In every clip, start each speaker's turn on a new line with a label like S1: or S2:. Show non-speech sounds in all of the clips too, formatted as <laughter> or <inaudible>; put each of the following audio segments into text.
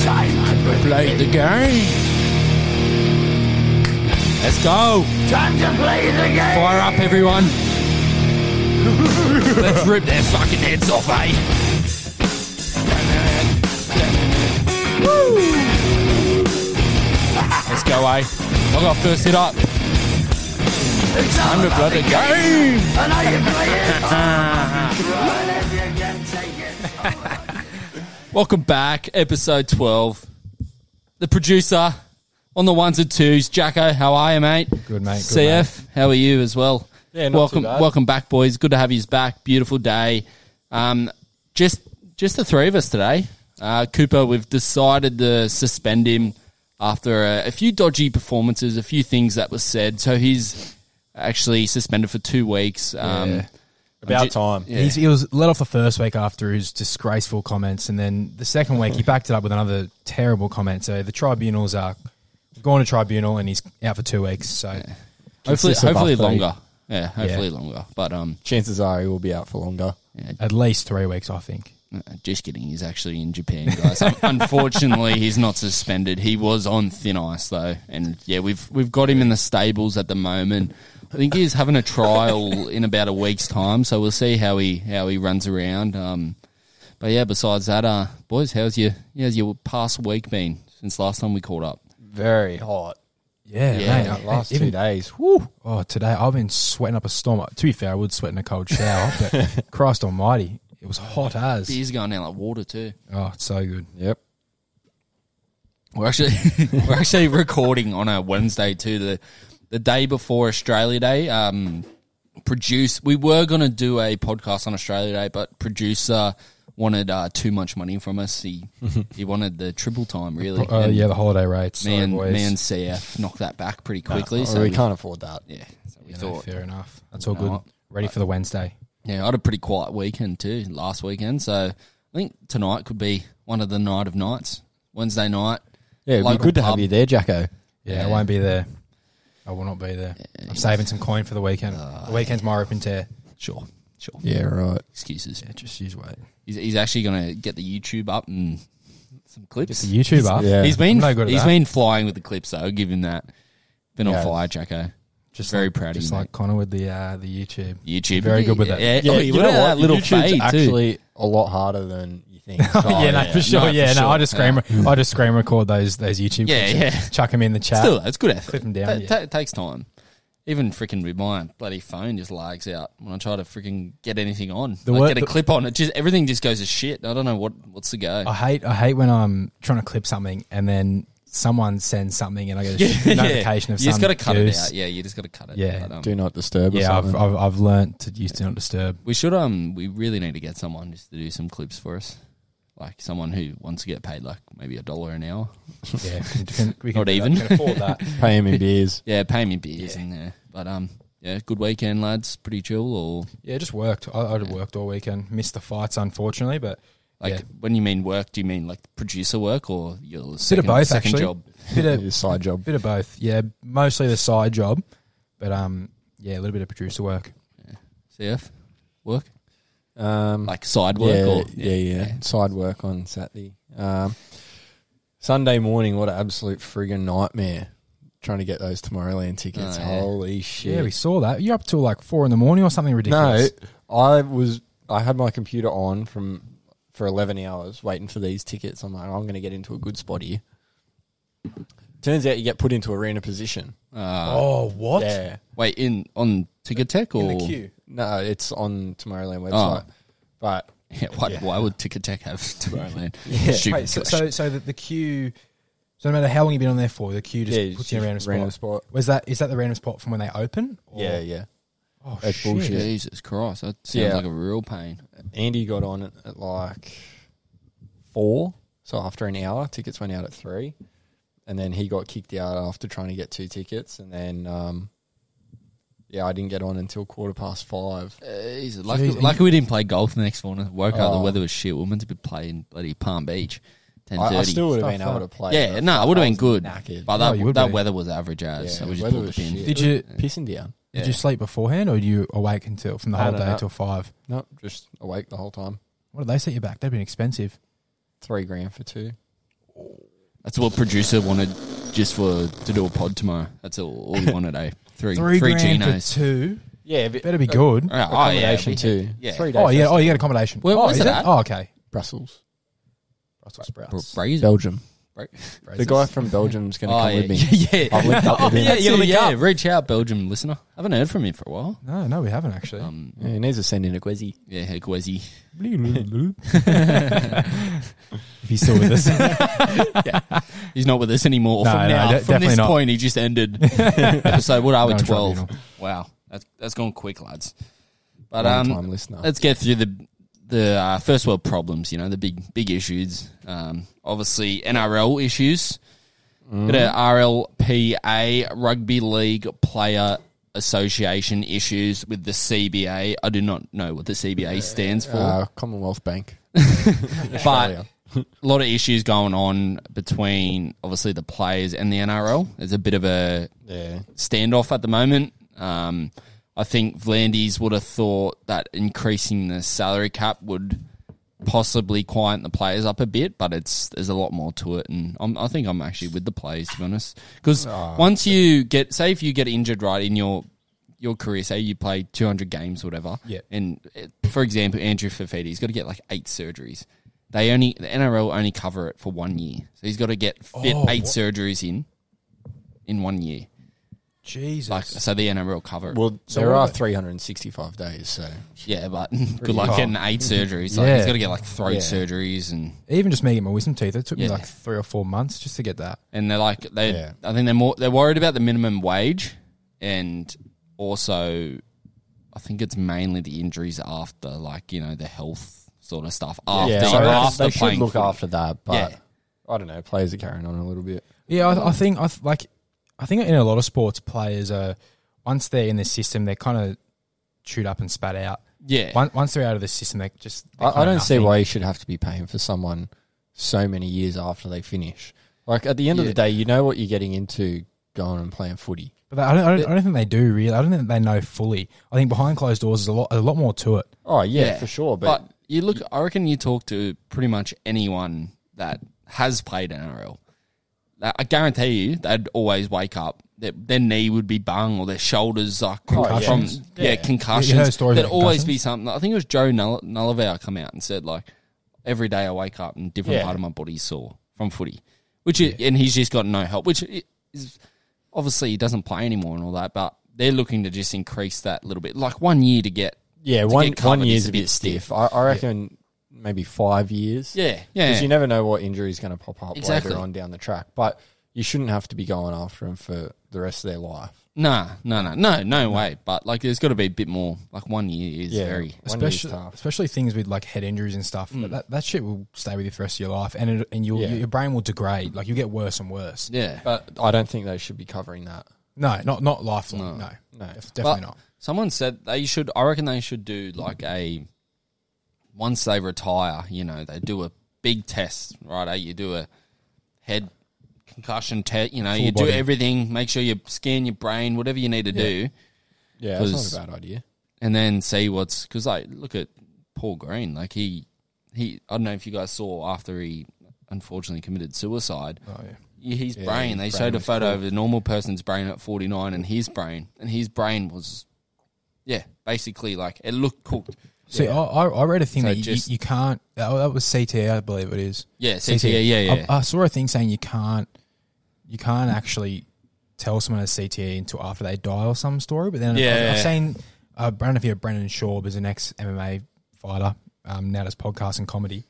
S1: time I
S2: Play the game. Let's go.
S1: Time to play the game.
S2: Fire up, everyone. Let's rip their fucking heads off, eh? Let's go, eh? I got first hit up.
S1: It's all
S2: I'm the
S1: about
S2: bloody game.
S1: And I can play it. Well, if you can take it.
S2: Welcome back, episode 12. The producer on the ones and twos, Jacko. How are you, mate?
S3: Good, mate. Good,
S2: CF, how are you as well?
S3: Yeah, not too
S2: welcome,
S3: bad.
S2: welcome back, boys. Good to have you back. Beautiful day. Um, just, just the three of us today. Uh, Cooper, we've decided to suspend him after a, a few dodgy performances, a few things that were said. So he's actually suspended for two weeks. Um,
S3: Yeah. About
S2: ju-
S3: time.
S2: Yeah.
S3: He's, he was let off the first week after his disgraceful comments, and then the second week he backed it up with another terrible comment. So the tribunals are going to tribunal, and he's out for two weeks. So
S2: Hopefully,
S4: Consists of
S2: hopefully
S4: us three.
S2: longer. Yeah, hopefully longer. But um,
S4: Chances are he will be out for longer.
S3: at least three weeks, I think.
S2: Uh, Just kidding. He's actually in Japan, guys. Un- Unfortunately, he's not suspended. He was on thin ice though, and yeah, we've we've got him in the stables at the moment. I think he's having a trial in about a week's time, so we'll see how he how he runs around. Um, but yeah, besides that, uh, boys, how's your how's your past week been since last time we caught up?
S4: Very hot.
S3: Yeah,
S2: Yeah,
S3: mate, I-
S4: Last
S3: even-
S4: two days. Woo.
S3: Oh, today I've been sweating up a storm. To be fair, I would sweat in a cold shower, but Christ Almighty, it was hot as.
S2: Beer's going down like water too.
S3: Oh, it's so good.
S4: Yep.
S2: We're actually <laughs> we're actually recording on a Wednesday too, the the day before Australia Day. Um, produce we were gonna do a podcast on Australia Day, but producer wanted uh, too much money from us.
S4: <laughs>
S2: He he wanted the triple time really.
S3: Oh,
S2: And
S3: yeah, the holiday rates.
S2: me
S3: Sorry,
S2: and
S3: boys.
S2: me and CF knocked that back pretty quickly.
S4: Oh,
S2: so
S4: we can't afford that.
S2: Yeah, so we
S3: Yeah, no,
S2: thought.
S3: fair enough. That's all
S2: No,
S3: good. Ready for the Wednesday.
S2: Yeah, I had a pretty quiet weekend too last weekend. So I think tonight could be one of the night of nights. Wednesday night.
S4: Yeah, it'd be
S2: local
S4: good to
S2: pub.
S4: have you there, Jacko.
S3: Yeah,
S2: Yeah.
S3: I won't be there. I will not be there. I'm saving some coin for the weekend.
S2: Uh,
S3: the weekend's my open tear.
S2: Sure, sure.
S4: Yeah, right.
S2: Excuses.
S3: Yeah, just use wait.
S2: He's, he's actually going to get the YouTube up and some clips.
S3: The YouTuber.
S4: Yeah.
S2: He's been
S3: I'm no good at
S2: he's
S3: that.
S2: been flying with the clips though. I'll give him that. Been on
S4: Yeah.
S2: fire, Jacko.
S3: Just
S2: very
S3: like,
S2: proud of
S3: Just
S2: you,
S3: like Connor with the uh, the YouTube.
S2: YouTube,
S3: Very good with
S2: yeah,
S3: that. <laughs>
S2: Yeah,
S4: Yeah,
S2: oh,
S4: you
S2: look
S4: know
S2: at that
S4: what?
S2: little
S4: YouTube's
S2: fade too.
S4: actually a lot harder than you think.
S3: yeah, no, for sure.
S2: No,
S3: yeah,
S2: Oh, for
S3: no,
S2: sure.
S3: I just scream. I just scream record those those YouTube.
S2: Yeah,
S3: clips and
S2: yeah.
S3: Chuck them in the chat.
S2: Still, it's good effort.
S3: Clip 'em down,
S2: That-
S3: yeah.
S2: ta- it takes time. Even freaking with my bloody phone just lags out when I try to freaking get anything on.
S3: The
S2: like,
S3: wor-
S2: get a
S3: the-
S2: clip on. It just everything just goes to shit. I don't know what what's the go.
S3: I hate I hate when I'm trying to clip something and then someone sends something and I get a sh
S2: <laughs>
S3: notification
S2: yeah.
S3: of
S2: you just
S3: got to
S2: cut it out. Yeah, you just got to cut it.
S3: Yeah.
S2: um,
S4: Do not disturb.
S3: Yeah,
S4: or
S3: I've,
S4: something.
S3: I've I've learned to use do not disturb.
S2: We should um we really need to get someone just to do some clips for us. Like someone who wants to get paid like maybe a dollar an hour.
S3: Yeah,
S2: <laughs>
S3: we can, we can
S2: Not
S3: do that.
S2: even.
S3: We can afford that.
S4: pay him in beers.
S2: <laughs> Yeah, pay me beers in there. But um yeah, good weekend lads, pretty chill or
S3: Yeah, just worked. I, I'd have worked all weekend. Missed the fights, unfortunately, but
S2: like
S3: yeah.
S2: when you mean work, do you mean like producer work or your
S3: bit
S2: second,
S3: of both
S2: second
S3: actually.
S2: job?
S3: Bit <laughs> of
S4: His side job.
S3: bit of both. Yeah, mostly the side job, but um, yeah, a little bit of producer work.
S2: CF? Work?
S4: Um,
S2: Like side work
S4: yeah,
S2: or
S4: yeah, yeah, Side work on Saturday. Um, Sunday morning, what an absolute friggin' nightmare. Trying to get those Tomorrowland tickets.
S2: Oh, yeah.
S4: Holy shit.
S3: Yeah, we saw that. You're up till like four in the morning or something
S4: No,
S3: ridiculous.
S4: I was I had my computer on from for eleven hours waiting for these tickets. I'm like, I'm going to get into a good spot here. Turns out you get put into arena position.
S2: Uh,
S3: Oh, what?
S4: Yeah,
S2: wait, in on Ticket Tech or
S4: in the queue. No, it's on Tomorrowland
S2: Oh.
S4: website. But
S2: <laughs> Yeah, why, why would Ticket Tech have Tomorrowland? Stupid
S3: Wait, so,
S2: question.
S3: so so the, the queue. So no matter how long you've been on there for, the queue just
S4: Yeah, it's
S3: puts you in a
S4: just
S3: random spot.
S4: random spot.
S3: Was that is that the random spot from when they open? Or-
S4: yeah, yeah.
S3: Oh
S4: That's
S3: shit.
S4: bullshit.
S2: Jesus Christ, that sounds
S4: Yeah.
S2: like a real pain.
S4: Andy got on at, at like four, so after an hour, tickets went out at three, and then he got kicked out after trying to get two tickets, and then um, yeah, I didn't get on until quarter past five.
S2: Jeez, Uh, lucky,
S3: Jeez, and
S2: lucky we didn't play golf the next morning. Woke up, the
S4: Oh.
S2: weather was shit. We We're meant to be playing bloody Palm Beach, ten
S4: I, I
S2: thirty.
S4: still would have
S3: Stuff
S4: been able
S3: like-
S4: to play.
S2: Yeah,
S4: but
S2: no, it would have been good.
S4: knackered.
S2: But
S3: No,
S2: that
S3: you would
S2: that
S3: be.
S2: weather was average as, so we just
S4: weather
S2: pulled the
S4: was
S2: pin.
S4: shit.
S3: Did you-
S4: pissing down?
S2: Yeah.
S3: Did you sleep beforehand, or did you awake until from the
S4: No,
S3: whole
S4: no,
S3: day
S4: no.
S3: till five?
S4: No, just awake the whole time.
S3: What did they set you back? They've been expensive.
S4: Three grand for two.
S2: That's what producer wanted just for to do a pod tomorrow. That's all, all he wanted, eh? Three,
S3: Three,
S2: three
S3: grand
S2: genos.
S3: for two.
S4: Yeah,
S3: Better be good.
S2: All right, oh, yeah,
S4: accommodation
S2: we-
S4: too.
S2: yeah.
S4: three days.
S3: oh yeah. Oh, you get accommodation.
S2: Where
S3: oh,
S2: was
S3: is
S2: it at?
S3: Oh, okay.
S4: Brussels,
S3: Brussels
S2: Bra-
S3: sprouts.
S2: Brazil.
S4: Belgium.
S2: Bra-
S4: The guy from Belgium's going to
S2: Oh,
S4: come
S2: <laughs> yeah.
S4: with me.
S2: yeah.
S4: I'll link up
S2: Oh,
S4: with
S2: <laughs>
S4: him.
S2: yeah,
S4: That's
S2: yeah,
S4: it,
S2: yeah. Reach out, Belgium listener. haven't heard from him for a while.
S3: No, no, we haven't actually. <laughs>
S2: Um,
S4: Yeah, he needs to send in a quizzy.
S2: yeah, Gwezi.
S3: if he's still
S2: <laughs>
S3: with us,
S2: He's not with us anymore.
S3: No,
S2: from
S3: no,
S2: now,
S3: de-
S2: from
S3: definitely
S2: this
S3: not.
S2: point, he just
S3: <laughs>
S2: ended episode. What are we?
S3: No
S2: Twelve.
S3: tribunal.
S2: Wow, that's that's gone quick, lads. But
S4: Long
S2: um,
S4: time listener.
S2: let's get through the the uh, first world problems. You know, the big big issues. Um, obviously NRL issues.
S3: Mm.
S2: Bit of RLPA Rugby League Player Association issues with the CBA. I do not know what the CBA stands for,
S4: Uh, Commonwealth Bank.
S2: but. A lot of issues going on between obviously the players and the NRL. There's a bit of a
S4: Yeah.
S2: standoff at the moment. Um, I think Vlandis would have thought that increasing the salary cap would possibly quiet the players up a bit, but it's there's a lot more to it, and I'm, I think I'm actually with the players to be honest. Because
S3: Ah.
S2: once you get, say, if you get injured right in your your career, say you play 200 games, or whatever,
S3: Yeah.
S2: And it, for example, Andrew Fafita, he's got to get like eight surgeries. They only the NRL only cover it for one year, so he's got to get fit
S3: Oh,
S2: eight
S3: what-
S2: surgeries in in one year.
S3: Jesus.
S2: Like so, the NRL cover. it.
S4: Well,
S3: So
S4: there
S3: what
S4: are
S3: about-
S4: 365 days, so
S2: yeah, but <laughs> good luck
S3: hard.
S2: getting
S4: <laughs>
S2: eight surgeries. Like,
S3: Yeah.
S2: He's got to get like throat
S4: Yeah.
S2: surgeries, and
S3: Even just me getting my wisdom teeth, it took
S2: Yeah.
S3: me like three or four months just to get that.
S2: and they're like they.
S4: Yeah.
S2: I think they're more they're worried about the minimum wage, and also, I think it's mainly the injuries after, like you know, the health sort of stuff after
S4: yeah, so
S2: after
S4: they should
S2: playing
S4: look
S2: footy.
S4: after that. But
S2: Yeah.
S4: I don't know, players are carrying on a little bit.
S3: Yeah, I, I think I th- like I think in a lot of sports, players are once they're in the system, they're kind of chewed up and spat out.
S2: Yeah,
S3: Once, once they're out of the system, they just. they're
S4: I, I
S3: kinda
S4: don't see
S3: nothing.
S4: why you should have to be paying for someone so many years after they finish. Like at the end of
S2: Yeah.
S4: the day, you know what you're getting into going and playing footy.
S3: But I don't, I, don't, I don't think they do really. I don't think they know fully. I think behind closed doors is a lot a lot more to it.
S4: Oh yeah, for sure. But,
S2: you look, I reckon you talk to pretty much anyone that has played NRL. Like, I guarantee you, they'd always wake up. Their, their knee would be bung or their shoulders are
S4: yeah.
S2: concussions. from
S4: Concussions.
S2: yeah,
S4: Yeah.
S2: concussions.
S3: You heard stories
S2: There'd
S3: about
S2: always be
S3: concussions?
S2: something. I think it was Joe Null- Nullivar come out and said like, every day I wake up and different
S4: Yeah.
S2: part of my body's sore from footy, which is, and he's just got no help. Which is obviously he doesn't play anymore and all that, but they're looking to just increase that little bit, like one year to get
S4: yeah,
S2: to
S4: one
S2: get covered
S4: one
S2: is
S4: year's
S2: a
S4: a
S2: bit
S4: bit stiff. I, I reckon maybe five years.
S2: yeah,
S4: because
S2: yeah.
S4: you never know what injury is going to pop up
S2: Exactly.
S4: later on down the track. But you shouldn't have to be going after them for the rest of their life.
S2: Nah, no, no, no, no way. But like, there's got to be a bit more. Like one year is
S4: Yeah.
S2: very.
S4: One year's
S3: especially
S4: tough.
S3: especially things with like head injuries and stuff. But that, that shit will stay with you for the rest of your life, and it, and your
S4: Yeah.
S3: your brain will degrade. Like you get worse and worse.
S2: Yeah,
S4: But I don't think they should be covering that.
S3: No, not not lifelong. No,
S4: No.
S3: Def- definitely
S2: But
S3: not.
S2: Someone said they should. I reckon they should do like a once they retire. You know, they do a big test, right? eh? You do a head concussion test. You know,
S3: Full
S2: you do
S3: body.
S2: everything. Make sure you scan your brain, whatever you need to do,
S4: Yeah,
S2: Because-
S4: that's not a bad idea.
S2: and then see what's. Because like, look at Paul Green. Like he, he. I don't know if you guys saw after he unfortunately committed suicide.
S3: Oh, yeah.
S2: Yeah, his
S4: Yeah,
S2: brain.
S4: his
S2: They
S4: brain
S2: showed a
S4: was
S2: photo of a normal person's brain at 49 and his brain, and his brain was, yeah, basically like it looked cooked.
S3: See, I, I I read a thing
S2: So
S3: that you,
S2: just-
S3: you can't. That, that was CTA, I believe it is. E.
S2: Yeah, CTA, yeah, yeah.
S3: I, I saw a thing saying you can't, you can't actually tell someone a CTA until after they die or some story. But then
S2: Yeah,
S3: I've,
S2: yeah,
S3: I've
S2: yeah.
S3: seen. Uh, I don't know if you know Brendan Schaub is an ex MMA fighter. Um, now does podcast and comedy,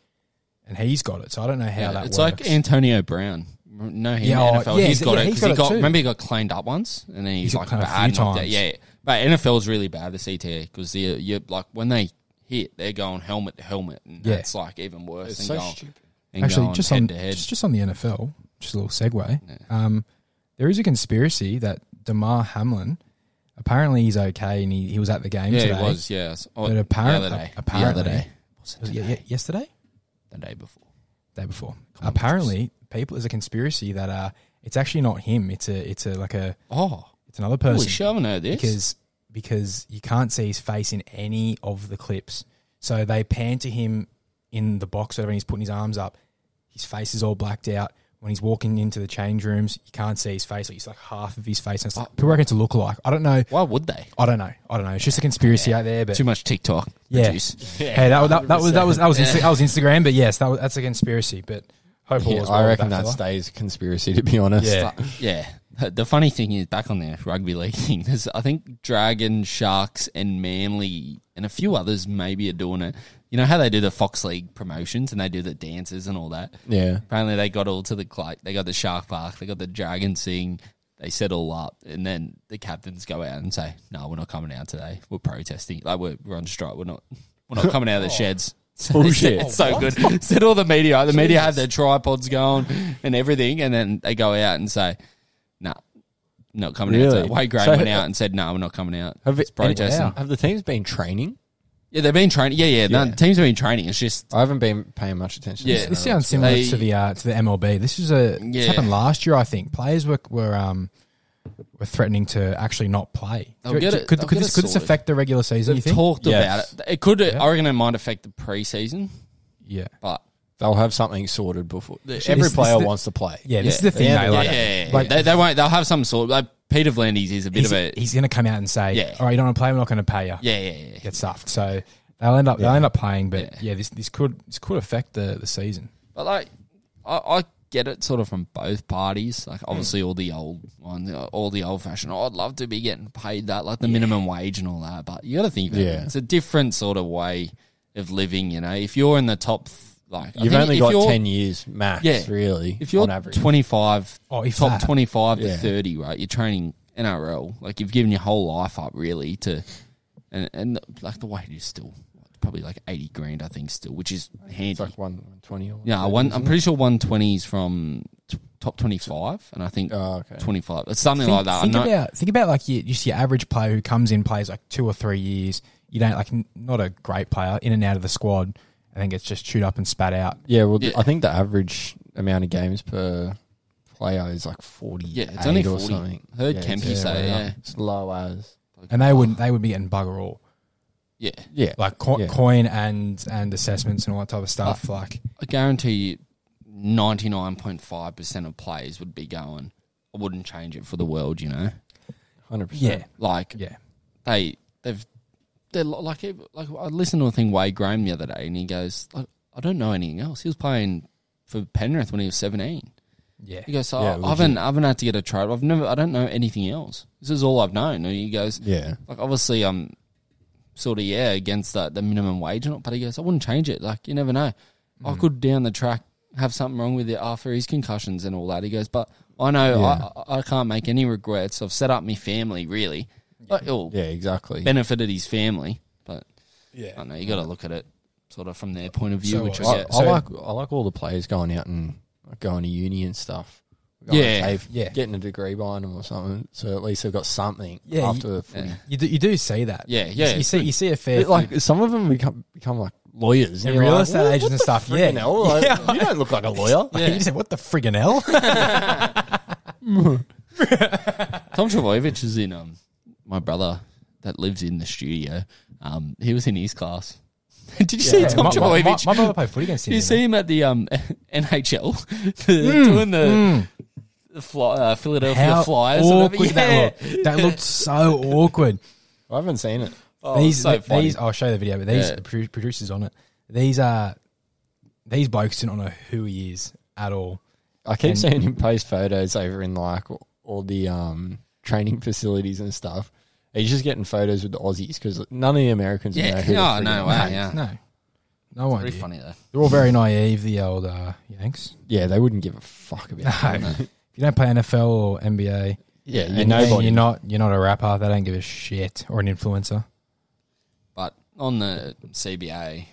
S3: and he's got it. So I don't know how
S2: Yeah,
S3: that
S2: it's
S3: works.
S2: like Antonio Brown. No, he
S3: Yeah,
S2: in the
S3: oh,
S2: NFL.
S3: yeah,
S2: he's
S3: yeah,
S2: got it
S3: he's
S2: 'cause
S3: got
S2: he
S3: it
S2: got.
S3: too.
S2: Remember, he got cleaned up once, and then he's,
S3: got
S2: like
S3: cleaned up a
S2: bad.
S3: few
S2: knocked out.
S3: times.
S2: Yeah, but NFL's really bad the CTA because you you like when they hit, they're going helmet to helmet, and
S3: Yeah.
S2: that's like even worse.
S4: It's
S2: than
S4: so
S2: going,
S4: stupid.
S2: than
S3: actually
S2: going
S3: just
S2: head
S3: on
S2: to head.
S3: Just, just on the NFL, just a little segue. Um, there is a conspiracy that Damar Hamlin apparently he's okay and he, he was at the game
S2: Yeah,
S3: today.
S2: it was. Yeah, or
S3: But appar-
S2: the other day,
S3: apparently-
S2: the other day, was
S3: Was it ye- yesterday?
S2: the day before.
S3: Day before. apparently, people there's a conspiracy that uh, it's actually not him. It's a it's a like a
S2: Oh,
S3: it's another person.
S2: holy shit! I haven't heard this.
S3: because because you can't see his face in any of the clips. So they pan to him in the box, whatever, and he's putting his arms up. His face is all blacked out. when he's walking into the change rooms, you can't see his face. Like it's like half of his face. And it's like, people reckon it's a lookalike. I don't know.
S2: Why would they?
S3: I don't know. I don't know. It's just a conspiracy out there. But
S2: Too much TikTok.
S3: yeah.
S2: Produce.
S3: <laughs> Hey, that, that, that was that was that was Insta- that was Instagram. But yes, that was, that's a conspiracy. But hope all
S4: Yeah,
S3: is well
S4: I
S3: with
S4: reckon that
S3: fella.
S4: stays conspiracy, to be honest.
S3: Yeah.
S2: Yeah. The funny thing is, back on the rugby league thing, there's, I think Dragon, Sharks, and Manly, and a few others maybe are doing it. You know how they do the Fox League promotions and they do the dances and all that?
S4: Yeah.
S2: Apparently, they got all to the like, they got the Shark Park, they got the Dragon Sing, they set all up, and then the captains go out and say, "No, we're not coming out today. We're protesting. Like we're, we're on strike. We're not we're not coming out of the sheds." <laughs> So they said-
S4: Bullshit.
S2: it's Oh, so good. Said all the media. The media had their tripods going and everything, and then they go out and say, "Nah, not coming out."
S4: Really?
S2: Today. Wade Graham
S4: So-
S2: went out and said, "No, we're not coming out.
S4: Have,
S2: it's
S4: it-
S2: protesting."
S4: have the teams been training?
S2: Yeah, they've been training. Yeah, yeah. No,
S4: Yeah.
S2: teams have been training. It's just
S4: I haven't been paying much attention.
S2: Yeah.
S4: to
S3: This
S4: this.
S3: sounds similar
S2: They-
S3: to the uh, to the MLB. This is a it's
S2: Yeah.
S3: happened last year, I think. Players were were um, were threatening to actually not play.
S2: They'll
S3: Do-
S2: get
S3: do-
S2: it-
S3: Could,
S2: they'll
S3: could
S2: get
S3: this
S2: it
S3: could this
S2: sorted.
S3: affect the regular season? You
S2: they've
S3: think?
S2: talked
S4: Yes.
S2: about it. It could. I reckon it might affect the preseason,
S3: yeah,
S2: but
S4: They'll have something sorted before.
S2: It's-
S4: Every
S3: it's
S4: player
S3: the-
S4: wants to play.
S3: yeah. This is the thing.
S4: Yeah,
S3: though,
S4: yeah,
S3: like,
S2: yeah, yeah, yeah.
S3: like-
S2: they, they won't. They'll have some sort. Like Peter Vlandis is a bit
S3: he's,
S2: of a
S3: he's going to come out and say,
S2: Yeah.
S3: "All right, you don't want to play. We're not going to pay you."
S2: yeah, yeah, yeah.
S3: Get stuffed. So they'll end up they'll end up paying. But yeah, this this could this could affect the the season.
S2: But like, I, I get it sort of from both parties.
S4: Hmm.
S2: Like, obviously, all the old ones, all the old fashioned. Oh, I'd love to be getting paid that, like the minimum wage and all that. But you got to think about
S4: Yeah.
S2: it. It's a different sort of way of living. You know, if you're in the top, th- like I
S4: You've
S2: think
S4: only
S2: if
S4: got
S2: you're-
S4: 10 years
S2: <laughs>
S4: max,
S2: Yeah.
S4: really,
S2: If you're
S4: on average.
S2: 25,
S3: Oh, if
S2: top
S3: that.
S2: 25
S4: Yeah.
S2: to 30, right? You're training NRL. Like, you've given your whole life up, really, to. And, and like, the weight is still probably like 80 grand, I think, still, which is handy.
S4: it's like 120 or
S2: yeah, one, um, I'm pretty sure 120 is from t- top 25, and I think
S4: Oh, okay.
S2: 25. It's something
S3: think,
S2: like that.
S3: think
S2: I know.
S3: about think about like your, just your average player who comes in, plays like two or three years. You don't like n- not a great player in and out of the squad, and then gets just chewed up and spat out.
S4: Yeah, well,
S2: Yeah.
S4: I think the average amount of games per player is like 40.
S2: Yeah, it's only
S4: or
S2: 40.
S4: something.
S2: Heard
S4: it's-
S2: Kempy say,
S4: well,
S2: yeah.
S4: It's low as.
S3: And they would they would be getting bugger all
S2: yeah. Uh,
S4: Yeah.
S3: like co-
S4: Yeah.
S3: coin and and assessments and all that type of stuff. like
S2: I guarantee you 99.5% of players would be going, I wouldn't change it for the world, you know?
S4: 100%.
S3: yeah,
S2: Like,
S3: yeah,
S2: they they've they're lo- like it- like I listened to a thing Wade Graham the other day, and he goes, I, I don't know anything else. He was playing for Penrith when he was seventeen.
S3: yeah.
S2: He goes, so
S4: Yeah,
S2: I,
S4: legit.
S2: haven't I haven't had to get a trade. I've never I don't know anything else. This is all I've known. And he goes,
S4: Yeah.
S2: like obviously I'm sort of yeah against that the minimum wage and all, but he goes, I wouldn't change it. Like you never know.
S4: Mm.
S2: I could down the track have something wrong with it after his concussions and all that. He goes, but I know
S4: Yeah.
S2: I I, I can't make any regrets. I've set up my family really. Like, oh,
S4: Yeah, exactly.
S2: benefited his family. But
S3: Yeah.
S2: I don't know you got to look at it sort of from their point of view,
S3: So
S2: which
S3: I-
S2: I
S4: I,
S2: get.
S4: I
S3: So-
S4: like I like all the players going out and like, going to uni and stuff. Going
S2: Yeah.
S4: to TAFE,
S3: Yeah.
S4: getting a degree behind them or something. So at least they've got something
S3: Yeah,
S4: after
S3: you-
S4: the footy.
S2: Yeah.
S3: You do, you do see that.
S2: Yeah,
S3: You
S2: yeah,
S3: see- You,
S2: it's
S3: see you see a fair
S4: But, like some of them become become like lawyers
S3: And
S4: you're
S3: real
S4: like,
S3: estate
S4: "What-
S3: agents
S4: what
S3: and
S4: the
S3: stuff,
S4: friggin'
S3: yeah.
S2: <laughs>
S3: <laughs>
S4: hell? Like,
S3: Yeah.
S4: you don't look like a lawyer.
S3: few.
S2: yeah.
S3: You said, what the friggin'
S2: <laughs>
S3: hell?
S2: Tom Travojevic is in um my brother that lives in the studio. Um, he was in his class. <laughs> Did you see
S3: Yeah,
S2: Tom
S3: my, my, my,
S2: Travojevic?
S3: my brother played footy against him.
S2: Did <laughs> you see him at the um <laughs> NHL
S3: Hmm,
S2: the, doing the. the Fly, uh, Philadelphia
S3: How
S2: Flyers. or whatever?
S3: awkward that
S2: Yeah.
S3: looked. That
S2: <laughs>
S3: looked so awkward.
S4: I haven't seen it.
S2: Oh,
S3: these,
S2: so funny.
S3: these. I'll show you the video, but these
S2: Yeah.
S3: the produ- producers on it. These are these blokes do not know who he is at all.
S4: I keep
S3: And-
S4: seeing him post photos over in like all the um, training <laughs> facilities and stuff. He's just getting photos with the Aussies because none of the Americans
S2: Yeah.
S4: know who the
S2: Oh, no
S4: friggin-
S2: way. yeah.
S3: No, no one.
S2: Pretty
S3: did.
S2: funny, though.
S3: They're all very naive. The old uh,
S2: <laughs>
S3: Yanks.
S4: Yeah, they wouldn't give a fuck about. it.
S3: if you don't play NFL or NBA,
S4: Yeah,
S3: you
S4: you know,
S3: you're not you're not a rapper. They don't give a shit or an influencer.
S2: But on the CBA,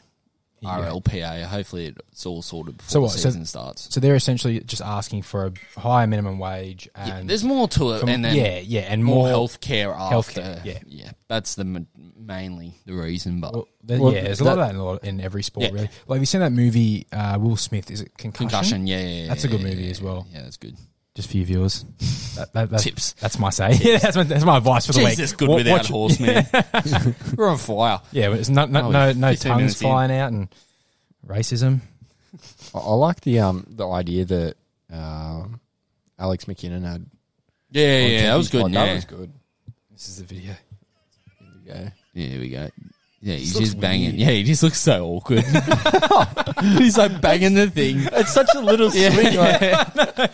S3: Yeah.
S2: RLPA, hopefully it's all sorted before
S3: So
S2: the
S3: what, so-
S2: season starts.
S3: So they're essentially just asking for a higher minimum wage
S2: Yeah,
S3: and
S2: there's more to it,
S3: from-
S2: and then
S3: yeah, yeah, and
S2: more,
S3: more,
S2: health care after.
S3: healthcare, yeah.
S2: that's the ma- mainly the reason. But
S3: Well, there-
S4: Well,
S3: yeah, there's a lot
S4: that-
S3: of that in, a lot, in every sport,
S2: Yeah.
S3: really. Like, have you seen that movie, uh, Will Smith? Is it Concussion?
S2: concussion, yeah, yeah, yeah,
S3: That's a good
S2: yeah,
S3: movie
S2: yeah,
S3: as well.
S2: Yeah, that's good.
S3: Just for your viewers. That, that, that's,
S2: Tips.
S3: That's my say. <laughs> Yeah, that's my, that's my advice for the week.
S2: Jesus, good
S3: Wa-
S2: without
S3: watch-
S2: horse, man.
S3: <laughs>
S2: <laughs> We're on fire.
S3: Yeah, but it's no, no,
S2: Oh,
S3: no, no
S2: 15
S3: tongues
S2: minutes in.
S3: flying out and racism.
S4: I, I like the um the idea that uh, Alex McKinnon had.
S2: Yeah, yeah, yeah, that
S4: on
S2: was good.
S4: Champions Pod.
S2: yeah.
S4: Oh, That was good.
S3: This is the video.
S4: There you go.
S2: Yeah, here we go. Yeah, he's
S4: looks
S2: just banging. Yeah, he just looks so
S3: <laughs>
S2: awkward. <laughs> he's like banging the thing.
S4: It's such a little
S2: <laughs> Yeah.
S4: swing. Like,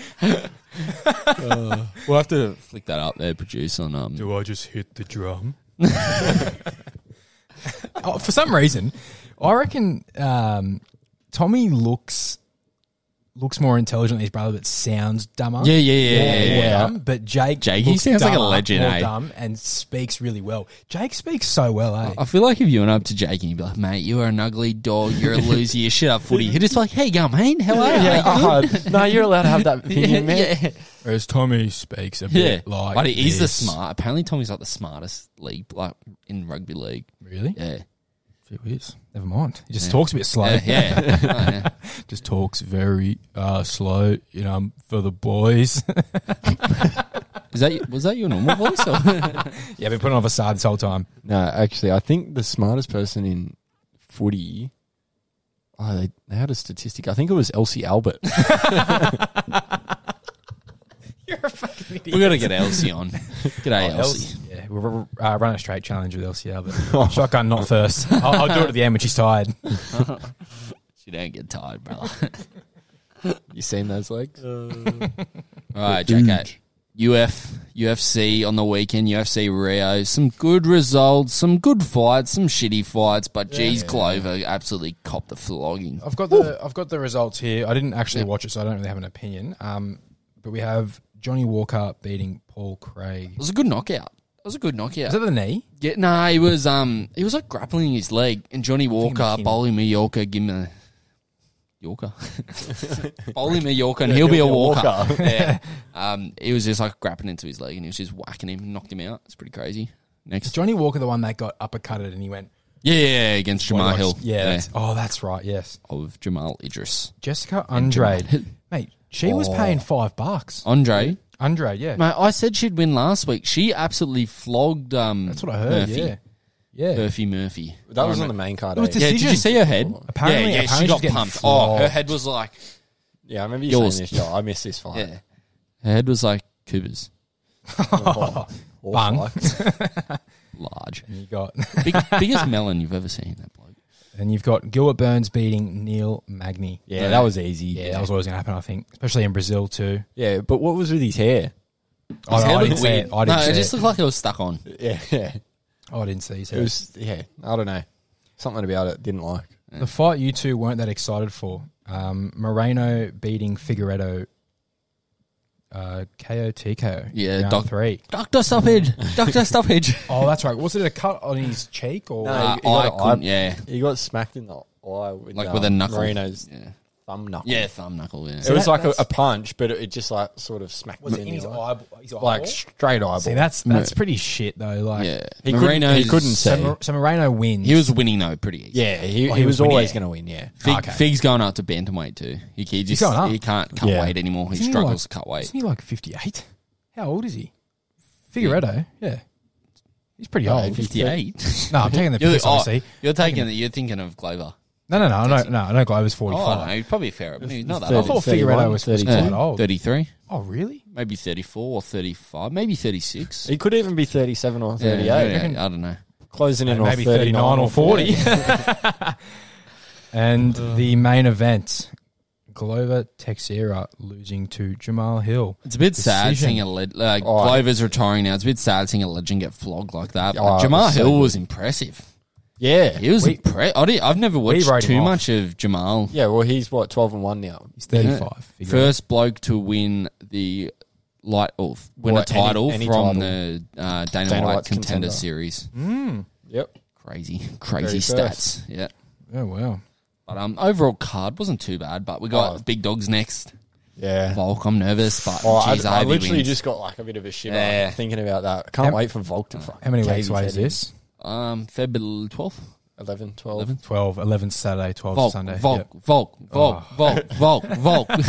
S2: We'll have to flick that up there, produce on um.
S3: Do I just hit the drum? oh, for some reason, I reckon um, Tommy looks looks more intelligent than his brother, but sounds dumber.
S2: Yeah, yeah, yeah,
S3: More-
S2: yeah,
S3: more
S2: yeah.
S3: dumb, but Jake,
S2: Jake, he
S3: looks
S2: sounds like a
S3: dumber,
S2: legend,
S3: more
S2: eh?
S3: dumb, and speaks really well. Jake speaks so well, eh?
S2: I feel like if you went up to Jake and you'd be like, "Mate, you are an ugly dog. You're a loser. You shit up footy." He'd just be like, "Hey, go, mate. How are you?
S4: <laughs> yeah,
S2: How you
S4: uh, no, you're allowed to have
S2: <laughs>
S4: that
S3: <laughs>
S4: opinion,
S2: doing?"
S4: man.
S2: yeah,
S3: Whereas Tommy speaks a
S2: yeah.
S3: bit like,
S2: but he's the
S3: this.
S2: smart. Apparently, Tommy's like the smartest league, like in rugby league.
S3: Really?
S2: Yeah,
S3: Few years. Never mind. He just talks a bit slow.
S2: yeah, yeah. <laughs> Oh, yeah.
S3: just talks very uh, slow. You know, for the boys. <laughs>
S2: Is that was that your normal voice? <laughs> Or?
S3: yeah, been putting on a facade this whole time.
S4: No, actually, I think the smartest person in footy. Oh, they, they had a statistic. I think it was Elsie Albert. <laughs>
S3: You're a fucking idiot.
S2: we got to get Elsie on. G'day, Oh, Elsie. Oh.
S3: Yeah, we'll uh, run a straight challenge with Elsie
S2: <laughs>
S3: Albert. Shotgun, not first. I'll, I'll do it at the end when she's tired.
S2: She don't get tired, <laughs> brother.
S4: you seen those legs?
S2: All right, JK. UF, UFC on the weekend, UFC Rio. Some good results, some good fights, some shitty fights, but geez, Glover absolutely copped the flogging.
S3: <laughs> I've got the I've got the results here. I didn't actually watch it, so I don't really have an opinion. Um, but we have Johnny Walker beating Paul Craig.
S2: It was a good knockout. It was a good knockout.
S3: Is that the knee?
S2: yeah, no, he was um he was like grappling his leg and Johnny Walker
S3: McKinnon.
S2: bowling me Yorker, give me a
S3: <laughs>
S2: Yorker. bowling me Yorker and he'll be a walker. <laughs>
S3: <laughs>
S2: yeah. Um he was just like grappling into his leg and he was just whacking him, knocked him out. It's pretty crazy.
S3: Is
S2: Next
S3: Johnny Walker the one that got uppercutted and he went?
S2: Yeah, yeah, yeah, against Jamal Hill.
S3: Yeah. that's- oh, that's right. Yes,
S2: of Jamal Idris.
S3: Jessica Andrade. Mate, she was
S4: Oh.
S3: paying five bucks.
S2: Oh. Andre,
S3: Andrade, yeah,
S2: mate, I said she'd win last week. She absolutely flogged. Um,
S3: that's what I heard.
S2: Murphy,
S3: Yeah, yeah. <laughs>
S2: Murphy Murphy.
S4: That was
S2: I
S4: on the main card.
S3: It was
S4: eh?
S3: the-
S2: remember- Yeah, did you
S3: decision.
S2: see her head?
S3: Apparently-
S2: yeah, yeah,
S3: apparently
S2: she
S3: she's
S2: got
S3: getting
S2: pumped. Oh,
S3: flogged.
S2: her head was like,
S4: yeah, I remember you
S2: Yours.
S4: saying this. Joe. I missed this fight.
S2: yeah, her head was like Cooper's
S4: All
S3: Bung. <laughs>
S4: fights.
S2: large,
S3: And you got <laughs>
S2: Big, biggest melon you've ever seen. That bloke.
S3: and you've got Gilbert Burns beating Neil Magny.
S4: Yeah,
S2: Yeah.
S4: that was easy.
S3: Yeah, that was always going to happen, I think, especially in Brazil too.
S4: Yeah, but what was with his hair?
S3: I,
S2: His hair
S3: I didn't
S2: looked
S3: see
S2: weird.
S3: it. I didn't
S2: no,
S3: see
S2: it just
S3: it.
S2: looked like it was stuck on.
S4: Yeah, <laughs> yeah.
S3: I didn't see his
S4: It
S3: hair.
S4: was yeah. I don't know. Something about it didn't like.
S3: the fight you two weren't that excited for. Um, Moreno beating Figueredo. Uh, KO TKO.
S2: Yeah,
S3: round
S2: doc-
S3: three.
S2: Doctor stoppage. Doctor
S3: <laughs>
S2: stoppage.
S3: Oh, that's right. Was it a cut on his cheek or?
S4: No.
S2: Uh,
S4: he got
S2: I
S4: an eye-
S2: couldn't. Yeah,
S4: He got smacked in the eye with
S2: like
S4: uh,
S2: with a knuckle.
S4: Marino's
S2: Yeah,
S4: thumb knuckle.
S2: yeah, thumb knuckle. Yeah.
S4: it was
S3: that-
S4: like a,
S3: that's-
S4: a punch, but it, it just like sort of smacked
S3: Was
S4: him
S3: it
S4: in
S3: in his
S4: the
S3: eye? His eyeball?
S4: like straight eyeball.
S3: See, that's that's pretty shit though. Like,
S2: yeah,
S4: He couldn't- he
S2: Moreno's-
S4: couldn't say.
S3: So, Mor- so Moreno wins.
S2: He was winning though, pretty easy.
S4: yeah, he,
S3: Oh,
S4: he,
S3: he
S4: was,
S3: was winning.
S4: always
S3: Yeah.
S4: going to win. Yeah,
S2: Fig,
S3: Ah, Okay.
S2: Fig's going up to bantamweight too. He, he just
S3: going up.
S2: he can't cut
S4: Yeah.
S2: weight anymore. He
S3: Isn't
S2: struggles
S3: like-
S2: to cut weight.
S3: Isn't he like 58? How old is he? Figueredo, yeah. He's pretty
S2: <laughs>
S3: old.
S2: Fifty-eight.
S3: No, I'm taking the
S2: You're,
S3: piss,
S2: oh,
S3: obviously.
S2: you're taking
S3: <laughs>
S2: the, you're thinking of Glover.
S3: No, no, no, no, no, I know Glover's
S2: Oh, I don't
S3: 45.
S2: know. He's probably fair. He's not that
S3: I,
S2: old.
S3: thought
S4: 31,
S3: Figueredo was
S4: 32.
S3: quite old.
S2: Thirty-three,
S3: Oh, really?
S2: maybe thirty-four or thirty-five, maybe thirty-six.
S4: he could even be thirty-seven or
S2: Yeah,
S4: thirty-eight,
S2: yeah, I don't know.
S4: closing in on
S3: Maybe 39 or 40.
S2: <laughs>
S3: <laughs> and the main event, Glover Texera losing to Jamal Hill.
S2: It's a bit sad
S3: Decision.
S2: seeing a le- like
S4: Oh, I-
S2: Glover's retiring now. It's a bit sad seeing a legend get flogged like that. But
S4: Oh, it was
S2: Jamal
S4: so
S2: Hill
S4: good.
S2: was impressive.
S4: Yeah,
S2: He was impressive. I've never watched
S3: wrote him
S2: too
S3: off.
S2: much of Jamal.
S4: yeah. Well, he's what twelve and one now.
S3: He's 35. Figueredo.
S2: First bloke to win the light or f- win
S4: Or
S2: a
S4: any-
S2: title
S4: any
S2: from
S4: title.
S2: the uh, Dana,
S4: Dana
S2: White
S4: White's
S2: contender,
S4: contender.
S2: series.
S4: Yep.
S2: Crazy, crazy
S4: Very
S2: stats.
S4: first.
S2: Yeah.
S3: Oh, wow.
S2: But um, overall card wasn't too bad. But we got
S4: Oh.
S2: big dogs next.
S4: Yeah.
S2: Volk, I'm nervous, but
S4: Oh, I,
S2: geez, I,
S4: I
S2: hope he
S4: literally
S2: wins.
S4: just got like a bit of a shiver
S2: Yeah.
S4: thinking about that. I can't wait for Volk to fuck.
S3: How many
S4: cave
S3: weeks
S4: his
S3: away
S4: head
S3: is
S4: in.
S3: this?
S2: um February twelfth.
S4: 11, 12.
S3: 12, 11 Saturday, 12
S2: Volk,
S3: Sunday. Oh.
S2: Volk,
S3: Yep.
S2: Volk, Volk,
S3: <laughs>
S2: Volk, Volk, Volk. we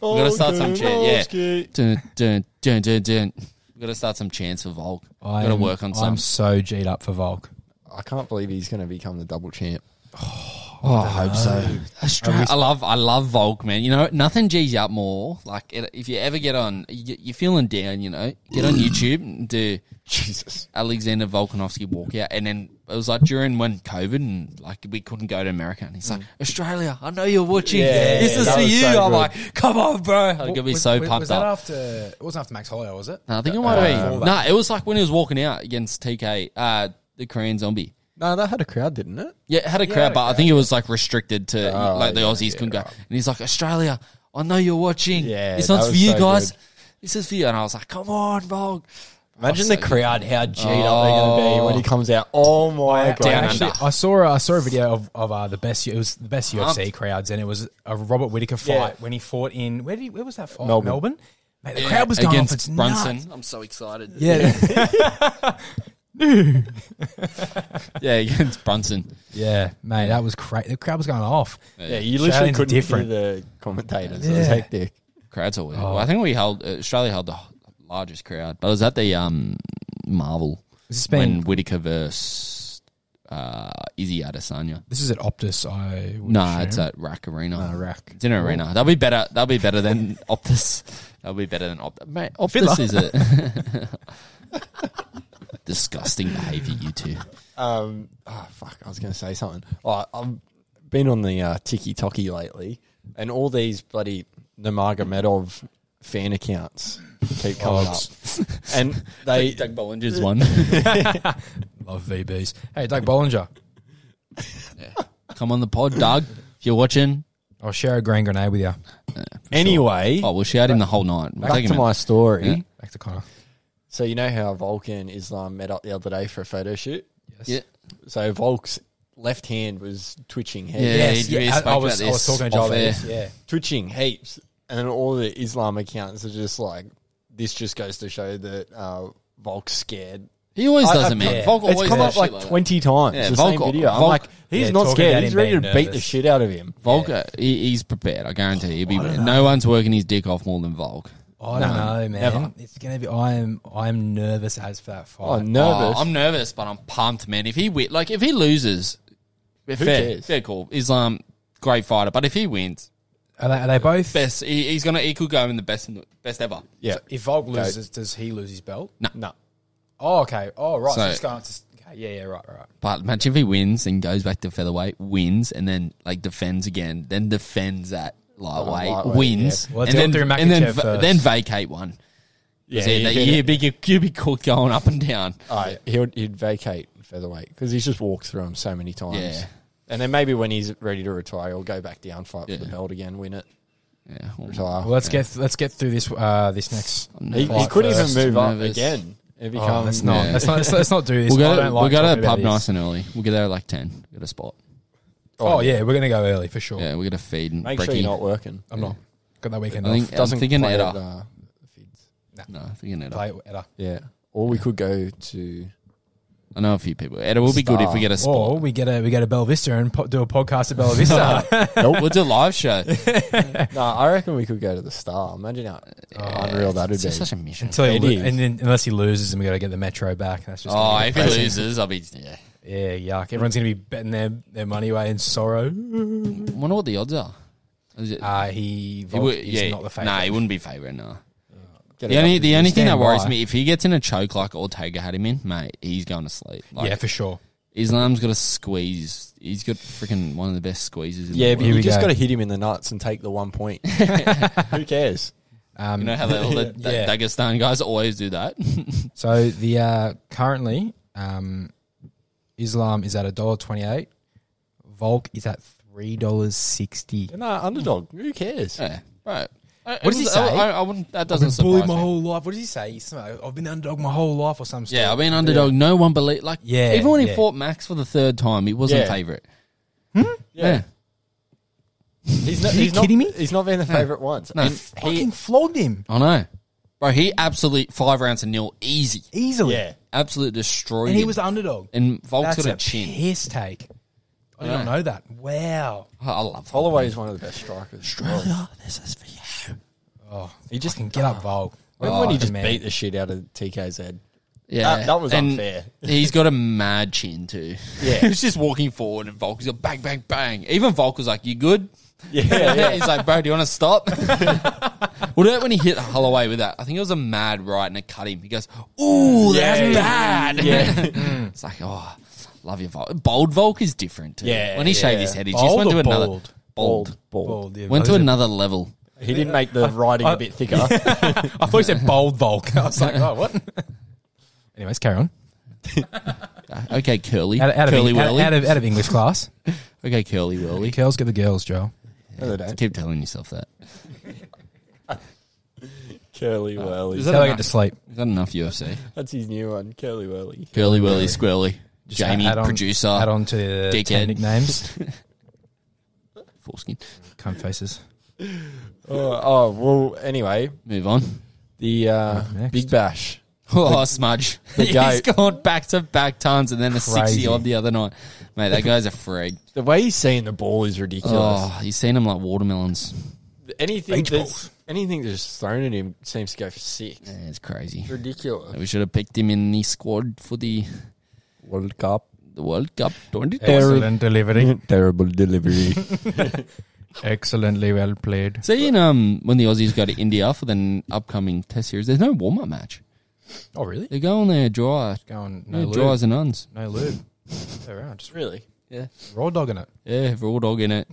S2: gotta start some chant. Yeah.
S4: Volk.
S2: Dun, dun, dun, dun, dun. We gotta start some chants for Volk. We
S3: I
S2: gotta
S3: am-
S2: work on
S3: I'm
S2: some.
S3: so G'd up for Volk.
S4: I can't believe he's going to become the double champ.
S2: Oh, I hope so.
S3: Are
S2: Australia,
S3: we-
S2: I love, I love Volk, man. You know, nothing G's you up more. Like, it, if you ever get on, you, get- you're feeling down, you know, get on YouTube and do
S4: <laughs> Jesus.
S2: Alexander Volkanovsky walkout, and then it was like during when COVID and like we couldn't go to America, and he's like,
S3: Mm.
S2: Australia, I know you're watching.
S4: Yeah,
S2: this
S4: yeah,
S2: is
S4: that
S2: for
S4: was
S2: you.
S4: so
S2: I'm
S4: good.
S2: like, come on, bro. I'm gonna be
S3: Was-
S2: so
S3: was-
S2: pumped
S3: was that
S2: up.
S3: after? It wasn't after Max Holloway, was it?
S2: No, I think it
S4: Uh,
S2: might have
S3: Um,
S2: been. No, it was like when he was walking out against TK, uh, the Korean zombie.
S4: No, that had a crowd, didn't it?
S2: Yeah, it had a crowd, but I think it was like restricted to
S4: Oh,
S2: like the
S4: yeah,
S2: Aussies
S4: yeah,
S2: couldn't go.
S4: right.
S2: And he's like, Australia, I know you're watching.
S4: Yeah,
S2: this
S4: that
S2: one's for
S4: was
S2: you
S4: so
S2: guys.
S4: good.
S2: This is for you. And I was like, come on, Volk.
S4: Imagine
S2: so
S4: the crowd,
S3: Oh,
S4: how G'd
S2: E
S4: up they're going to be when he comes out. Oh my god!
S2: Down
S3: Actually,
S2: under.
S3: I saw a, I saw a video of, of uh, the best. It was the best UFC crowds, and it was a Robert Whitaker fight
S4: Yeah.
S3: when he fought in where did he, where was that fight?
S4: Melbourne.
S3: Mate, the crowd was going off its
S2: against Brunson.
S3: nuts.
S2: I'm so excited. Yeah,
S3: Yeah,
S4: <laughs>
S2: against Brunson.
S3: yeah, mate, that was crazy. The crowd was going off.
S4: Yeah, you
S3: Shouting's
S4: literally couldn't
S3: different.
S4: hear the commentators. It was
S3: Yeah.
S4: hectic.
S2: Crowds all.
S4: Oh.
S2: Well, I think we held uh, Australia held the largest crowd, but it was at the um Marvel
S3: Has this
S2: when
S3: been-
S2: Whitaker versus uh, Izzy Adesanya.
S3: This is at Optus. I would
S2: No,
S3: assume.
S2: it's uh, at Rack Arena.
S3: Ah, Rack.
S2: It's in an arena. That'll be better. That'll be better than <laughs> Optus. That'll be better than Optus. Mate, Optus is a
S4: <laughs>
S2: disgusting behaviour, you two.
S4: Um, oh, fuck, I was going to say something. Oh, I've been on the uh, Tiki Toki lately, and all these bloody Nurmagomedov fan accounts keep coming up, and
S2: <laughs>
S4: they
S2: Doug Bollinger's one.
S3: Love VBs. Hey, Doug Bollinger.
S2: Come on the pod, Doug. If you're watching,
S3: I'll share a green grenade with you.
S4: anyway.
S2: oh, we'll shout him the whole night. We'll
S4: Back
S2: take
S4: to
S2: him
S4: my
S2: out.
S4: story.
S2: Oh, Yeah.
S3: Back to Connor.
S4: So you know how Volk and Islam met up the other day for a photo shoot.
S3: Yes.
S2: Yeah.
S4: So Volk's left hand was twitching heaps,
S2: Yeah.
S3: Yes,
S2: you
S3: yeah,
S2: spoke
S3: I, I
S2: about
S3: was, I
S2: this
S3: was talking to Joel
S2: off
S3: about
S2: air.
S3: this. Yeah.
S4: twitching heaps, and then all the Islam accounts are just like, this just goes to show that uh, Volk's scared
S2: He always
S4: I-
S2: does it,
S4: I've-
S2: man.
S3: yeah.
S2: Volk
S4: It's
S2: always
S4: come
S2: does
S4: up
S2: shit
S4: like
S2: that.
S4: 20 times.
S2: Yeah,
S4: the
S2: Volk-
S4: same video.
S2: Volk-
S4: I'm like, he's
S3: Yeah,
S4: not
S3: talking
S4: scared.
S3: about
S4: He's
S3: him
S4: ready to
S3: being
S4: beat the
S3: nervous.
S4: shit out of him.
S2: Volk, uh, he, he's prepared. I guarantee he'll be. No one's working his dick off more than Volk.
S3: I don't know, man. It's gonna be. I am. I am nervous as for that fight.
S4: Oh,
S2: Oh,
S4: nervous.
S2: I'm nervous, but I'm pumped, man. If he win, like if he loses, fair,
S4: cares?
S2: fair call. Islam, great fighter, but if he wins,
S3: Are they, are they both?
S2: best he, he's gonna he could go in the best in the, best ever.
S4: yeah.
S3: If Volk loses, does he lose his belt?
S4: No.
S3: Oh, okay. Oh, right. So,
S2: So-
S3: it's going to. Okay. Yeah, yeah, right, right.
S2: But imagine if he wins and goes back to featherweight, wins, and then like defends again, then defends at lightweight,
S4: lightweight,
S2: wins,
S3: yeah. Well,
S2: and
S3: let's
S2: then
S3: go through
S2: and then,
S3: Makachev
S2: va-
S3: first.
S2: then vacate one.
S4: Yeah.
S2: See, that-
S4: he'd-
S2: you'd, be, you'd be caught going up and down.
S4: alright, he'd, he'd vacate featherweight because he's just walked through him so many times.
S2: Yeah.
S4: And then maybe when he's ready to retire, he'll go back down, fight
S2: Yeah.
S4: for the belt again, win it,
S2: Yeah,
S4: retire.
S3: Well, let's get let's get through this uh, this next.
S2: Oh,
S4: he, he
S3: fight
S4: could
S3: first.
S4: even move up
S2: Nervous.
S4: again. and
S3: Oh,
S4: become-
S3: let's not.
S2: Yeah.
S3: Let's not. Let's, let's not do this.
S2: we'll
S3: I
S2: go.
S3: don't like
S2: we'll go to
S3: talking
S2: the
S3: about
S2: pub
S3: this.
S2: nice and early. We'll get there at like ten. Get a spot.
S3: Oh yeah, we're gonna go early for sure.
S2: Yeah, we get a feed and
S4: Make
S2: Brecky.
S4: sure you're not working.
S3: I'm not got that weekend
S2: I think
S3: off.
S2: I'm thinking
S4: play
S2: Edda.
S4: at, uh, Fids.
S2: No, I think Edda.
S3: Play at Edda.
S4: Yeah. Or we could go <laughs> to.
S2: I know a few people. Edda will be good if we get a
S3: Or
S2: spot.
S3: we get a we get a Bella Vista and po- do a podcast at
S2: <laughs>
S3: Bella Vista.
S2: nope. We'll do a live show.
S3: <laughs> Oh,
S4: No, I reckon we could go to the Star. Imagine how unreal that would
S2: It's
S4: be.
S2: just such a mission.
S3: Until he
S4: It
S3: lo-
S4: is.
S3: and then unless he loses, and we got to get the Metro back. That's just
S2: Oh,
S3: gonna be
S2: if he
S3: depressing.
S2: loses, I'll be. Yeah.
S3: Yeah, yuck. Everyone's gonna be betting their, their money away in sorrow.
S2: I wonder what the odds are. Is it,
S3: Uh, he
S2: he
S3: Volk
S2: would,
S3: is
S2: yeah,
S3: not
S2: No,
S3: the favorite.
S2: he wouldn't be favourite. No.
S4: Get
S2: The
S4: it
S2: only
S4: up.
S2: the only thing that
S3: stand
S2: worries
S3: by.
S2: me if he gets in a choke like Ortega had him in, mate, he's going to sleep. Like,
S3: yeah, for sure.
S2: Islam's got a squeeze. He's got freaking one of the best squeezes. In
S4: yeah,
S2: the
S4: but
S2: world.
S3: Here
S4: you
S3: we
S4: just
S3: go.
S4: got to hit him in the nuts and take the one point. Who cares?
S3: Um,
S2: you know how the, all the, the
S3: <laughs> Yeah.
S2: Dagestan guys always do that. <laughs>
S3: So the uh, currently um, Islam is at a dollar twenty eight. Volk is at three dollars sixty.
S4: No, underdog. Who cares?
S2: yeah, right. What
S3: does he say?
S2: I, I wouldn't, that doesn't surprise me.
S3: life. What does he say? He's like, I've been underdog my whole life, or some.
S2: Yeah, I've been underdog. No one believed. Like,
S3: Yeah,
S2: even when he
S3: yeah.
S2: fought Max for the third time, he wasn't
S4: Yeah.
S2: favourite.
S4: Yeah. He's not,
S3: Are you
S4: he's not-
S3: kidding me?
S4: He's not been the favourite once.
S2: No,
S4: And
S3: Fucking flogged him
S2: I know, bro. He absolute five rounds to nil, easy.
S3: easily.
S4: yeah.
S2: Absolute destroyed.
S3: and he
S2: him.
S3: was the underdog.
S2: and Volk's
S3: That's
S2: got
S3: a,
S2: a chin.
S3: piss take. I
S2: know.
S3: didn't know that. Wow.
S2: I I love Volk.
S4: Holloway's one of the best strikers.
S3: Oh, this is for you. Oh, you just
S4: just-
S3: can get up, Volk.
S4: Remember when he
S3: Oh,
S4: just
S3: man.
S4: beat the shit out of TK's head?
S2: Yeah,
S4: That- that was
S2: And
S4: unfair. <laughs>
S2: he's got a mad chin too. <laughs>
S4: Yeah.
S2: he was just walking forward, and Volker's like bang, bang, bang. Even Volker's like, "You good?"
S3: <laughs>
S2: <laughs>
S4: Yeah, yeah.
S2: he's like, "Bro, do you want to stop?" <laughs> what about when he hit Holloway with that? I think it was a mad right, and it cut him. He goes, "Ooh, that's
S4: Yeah.
S2: bad." <laughs>
S4: Yeah.
S2: it's like, oh, love your Volk. Bold Volk is different. Too.
S4: Yeah,
S2: when he shaved
S4: yeah.
S2: his head, he just
S3: Bold
S2: went
S3: or
S2: to another
S3: bald?
S2: Bald.
S4: bald.
S3: Bald, yeah.
S2: Went
S3: I
S2: to
S3: was-
S2: another level.
S4: He didn't make the writing a bit thicker.
S3: I thought you said bold Volk. I was like, oh, what? Anyways, carry on.
S2: Uh, Okay, curly,
S3: Out, of- out, of,
S2: curly
S3: Eng- out,
S2: whirly.
S3: out of out of English class,
S2: okay, curly whirly.
S3: <laughs> girls get the girls, Joel.
S4: <laughs> No, they don't.
S2: Keep telling yourself that.
S4: Curly whirly.
S2: Is
S3: That's
S2: that
S3: how I
S2: enough?
S3: get to sleep.
S2: Is that enough UFC?
S4: That's his new one, Curly Whirly.
S2: Curly Whirly Squirrely.
S3: Just
S2: Jamie,
S3: add on-
S2: producer,
S3: Add on to the
S2: dickhead. <laughs>
S3: 10 nicknames,
S2: foreskin.
S3: cunt faces.
S4: Oh, oh, well, anyway,
S2: Move on. <laughs>
S4: the uh,
S3: Next.
S4: Big Bash.
S2: Oh, Smudge. <laughs>
S4: the
S2: He's
S4: goat.
S2: gone back to back tons and then a 60
S3: Crazy.
S2: odd the other night. Mate, that guy's a
S3: <laughs>
S2: freak.
S4: The way he's seeing the ball is ridiculous.
S2: Oh, you've seen him like watermelons.
S4: Anything
S3: Beach
S4: that's, anything that's thrown at him seems to go for six.
S2: Yeah, it's crazy.
S4: Ridiculous.
S2: We should have picked him in the squad for the,
S4: World Cup.
S2: the World Cup. Don't it? <laughs>
S3: Excellent delivery.
S4: Terrible <laughs> delivery.
S3: Excellently well played.
S2: Seeing um, when the Aussies go to India for the n- upcoming Test Series, there's no warm up match.
S3: Oh, really?
S2: They go on there dry.
S3: Going no
S2: No
S3: lube.
S2: dries and nuns.
S3: No lube. They're around. Just
S4: really?
S2: Yeah.
S3: raw dogging it.
S2: Yeah, raw dog in it.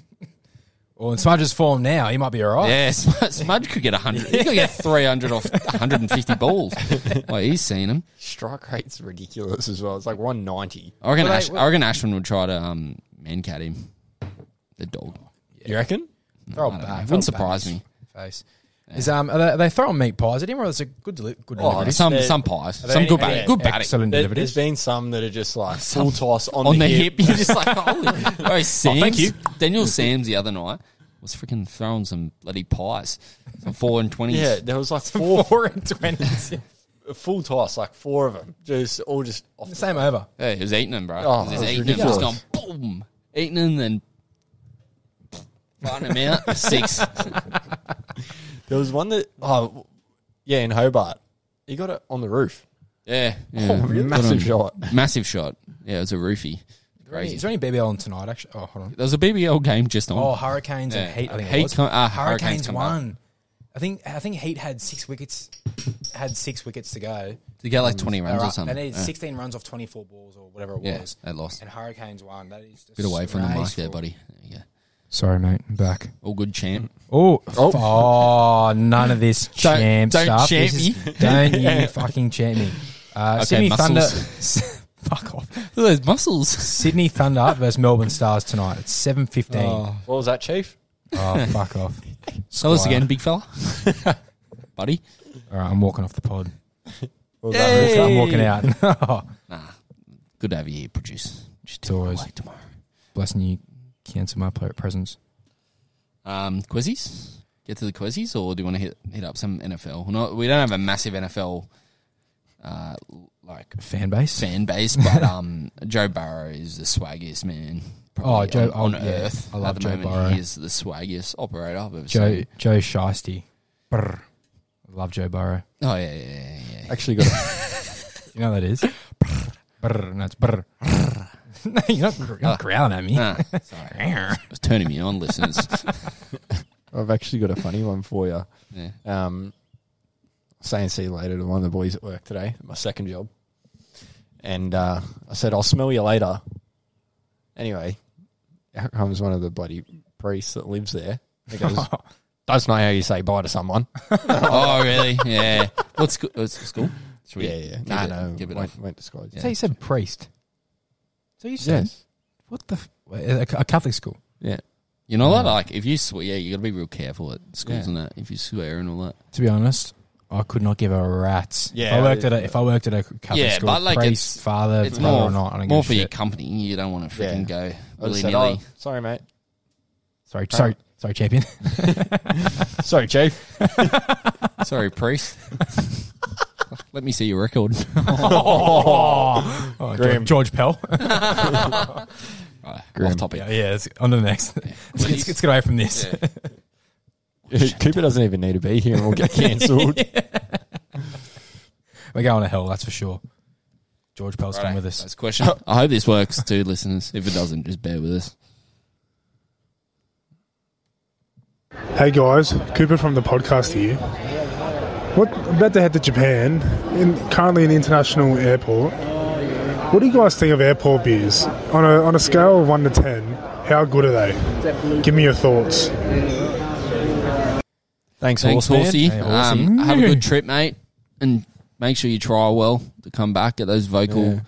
S3: Well, in Smudge's form now, he might be all right.
S2: Yeah,
S4: <laughs>
S2: Smudge, Smudge could get 100. He could get 300 off 150
S4: <laughs>
S2: balls. Like, he's seen him.
S4: Strike rate's ridiculous as well. It's like 190.
S2: I reckon,
S4: Well,
S2: Ash,
S4: they-
S2: I reckon Ashwin would try to um, man cat him. The dog.
S4: You reckon?
S3: Throw it
S2: I don't know.
S3: back.
S2: Wouldn't
S3: Throw it
S2: surprise
S3: back.
S2: me.
S3: Face. Is um are they, are they throwing meat pies at him or is it good deli- good
S4: Oh,
S3: delivery?
S4: it's-
S2: Some
S4: they're-
S2: some pies.
S3: there
S2: Some
S3: any-
S2: good batting.
S4: yeah,
S2: good batting.
S3: Excellent
S4: There,
S3: deliveries.
S4: has been some that are just like full toss on,
S2: On
S4: the,
S2: the
S4: hip.
S2: hip.
S4: <laughs>
S2: You're just like, holy. Bro, Sam's,
S4: Oh, thank you.
S2: Oh, Daniel Sam's the other night was freaking throwing some bloody pies. Some 4 and 20s.
S4: Yeah, there was
S2: <laughs>
S4: like four
S3: Four and twenties.
S4: full toss, like four of them, just all just off
S3: <laughs>
S4: the
S3: Same over.
S2: Yeah, he was eating them, bro.
S4: Oh,
S2: he
S4: that
S2: was
S4: was
S2: eating them, just gone
S4: ridiculous.
S2: boom, eating them, then farting them
S4: <laughs>
S2: out. Six.
S4: There was one that, oh, yeah, in Hobart, he got it on the roof.
S2: Yeah,
S4: Oh,
S2: yeah.
S4: really? Massive shot.
S2: massive shot. Yeah, it was a roofie. Crazy.
S3: Is there any BBL on tonight? Actually, oh hold on.
S2: There was a BBL game just on.
S3: Oh, Hurricanes
S2: Yeah,
S3: and Heat. I think it
S2: Heat
S3: was.
S2: come- ah, Hurricanes
S3: Hurricanes,
S2: come back.
S3: won. I think I think Heat had six wickets. Had six wickets to go.
S2: They get
S4: um,
S2: like twenty
S3: They
S2: runs
S3: were
S2: or
S3: up-
S2: something.
S3: They needed
S2: yeah.
S3: sixteen runs off twenty four balls or whatever it
S2: Yeah,
S3: was.
S2: they lost.
S3: And Hurricanes won. That is just
S2: Bit away from the mic
S3: disgraceful.
S2: there, buddy. There you go.
S3: Sorry, mate. I'm back.
S2: All good, champ.
S4: Mm.
S3: Oh, oh. none of
S2: <laughs>
S3: this
S2: Don't-
S3: champ
S2: don't
S3: stuff.
S2: champ
S3: This is-
S2: <laughs>
S3: don't you fucking champ me. Uh,
S2: Okay,
S3: Sydney
S2: muscles.
S3: Thunder. <laughs> Fuck off.
S2: Look at those muscles.
S3: Sydney Thunder versus Melbourne Stars tonight. It's seven fifteen. Oh.
S4: What was that, Chief?
S3: fuck off.
S2: Tell us
S3: Squire.
S2: again, big
S4: <laughs>
S2: fella, buddy.
S3: All right, I'm walking off the pod.
S4: What was
S2: Hey.
S4: that?
S3: I'm walking out. <laughs>
S2: Good to have you here, produce. Just
S3: It's
S2: take it
S3: always-
S2: away tomorrow.
S3: Blessing you. Cancel my player presence.
S2: Um, quizzies. Get to the quizzies, or do you want to hit hit up some NFL? Not, we don't have a massive NFL, uh, like
S3: Fan base.
S2: fan base,
S3: <laughs>
S2: but um, Joe Burrow is the swaggiest man. probably
S3: Joe-
S2: on, on
S3: oh, yeah.
S2: earth.
S3: I love
S2: At the
S3: Joe
S2: moment,
S3: Burrow.
S2: He is the swaggiest operator I've ever
S3: Joe
S2: seen.
S3: Joe Shiesty. Brr. Love Joe Burrow.
S2: Oh yeah, yeah, yeah, yeah.
S4: Actually got a,
S3: You know what that is? brr. No, it's brr. no, <laughs> you're not, gr- you're not growling at me. <laughs>
S2: Ah, sorry, it's turning me on, listeners.
S4: I've actually got a funny one for you.
S2: Yeah.
S4: Um, saying see you later to one of the boys at work today, at my second job, and uh, I said I'll smell you later. Anyway, out comes one of the bloody priests that lives there.
S2: <laughs>
S4: He goes, "That's not how you say bye to someone."
S2: oh really? Yeah. What's sco- what's school? Should
S4: Yeah, yeah.
S2: give
S4: No,
S2: it-
S4: no.
S2: give it
S4: won't,
S2: off.
S4: won't disclose.
S2: Yeah.
S3: So you said priest. So you said
S4: Yes.
S3: what the f- a, a Catholic school?
S4: Yeah.
S2: You know what? Like if you swear, yeah, you got to be real careful at schools
S4: Yeah.
S2: and that. If you swear and all that.
S3: To be honest, I could not give a rat's.
S4: Yeah,
S3: if I worked at a
S4: yeah.
S3: if I worked at a Catholic
S2: Yeah,
S3: school,
S2: but, like,
S3: priest,
S2: it's-
S3: father,
S2: it's
S3: brother
S2: more,
S3: or not, I don't
S2: more
S3: give a
S2: for your
S3: shit.
S2: company. You don't want to freaking go
S4: I
S2: willy
S4: just said,
S2: nilly.
S4: "Oh, sorry, mate.
S3: Sorry, sorry,
S2: <laughs>
S3: sorry, champion. <laughs>
S4: Sorry, chief. <laughs> "Oh."
S2: Sorry, priest. <laughs> Let me see your
S4: <laughs>
S2: record.
S3: Oh,
S4: Graham.
S3: George,
S2: <laughs>
S3: George Pell.
S2: Right,
S4: Grim.
S2: off topic. <laughs>
S3: yeah, yeah. It's on to the next. <laughs> Let's, get- let's get away from this.
S2: Yeah.
S4: Cooper doesn't even need to be here, and we'll get cancelled.
S3: We're going to hell, that's for sure. George Pell's come
S4: Righto.
S3: with us.
S2: That's a
S4: <laughs>
S2: question. I hope this works too, listeners. If it doesn't, just bear with us.
S5: Hey guys, Cooper from the podcast here. What I'm about to head to Japan? In, currently an international airport. What do you guys think of airport beers? On a on a scale of one to ten, how good are they? Give me your thoughts.
S4: Thanks,
S2: Thanks,
S4: Horseman.
S2: Horsey.
S3: Hey, Horsey.
S2: um, have a
S4: Mm.
S2: good trip, mate, and make sure you try well to come back. Get those vocal
S4: Yeah.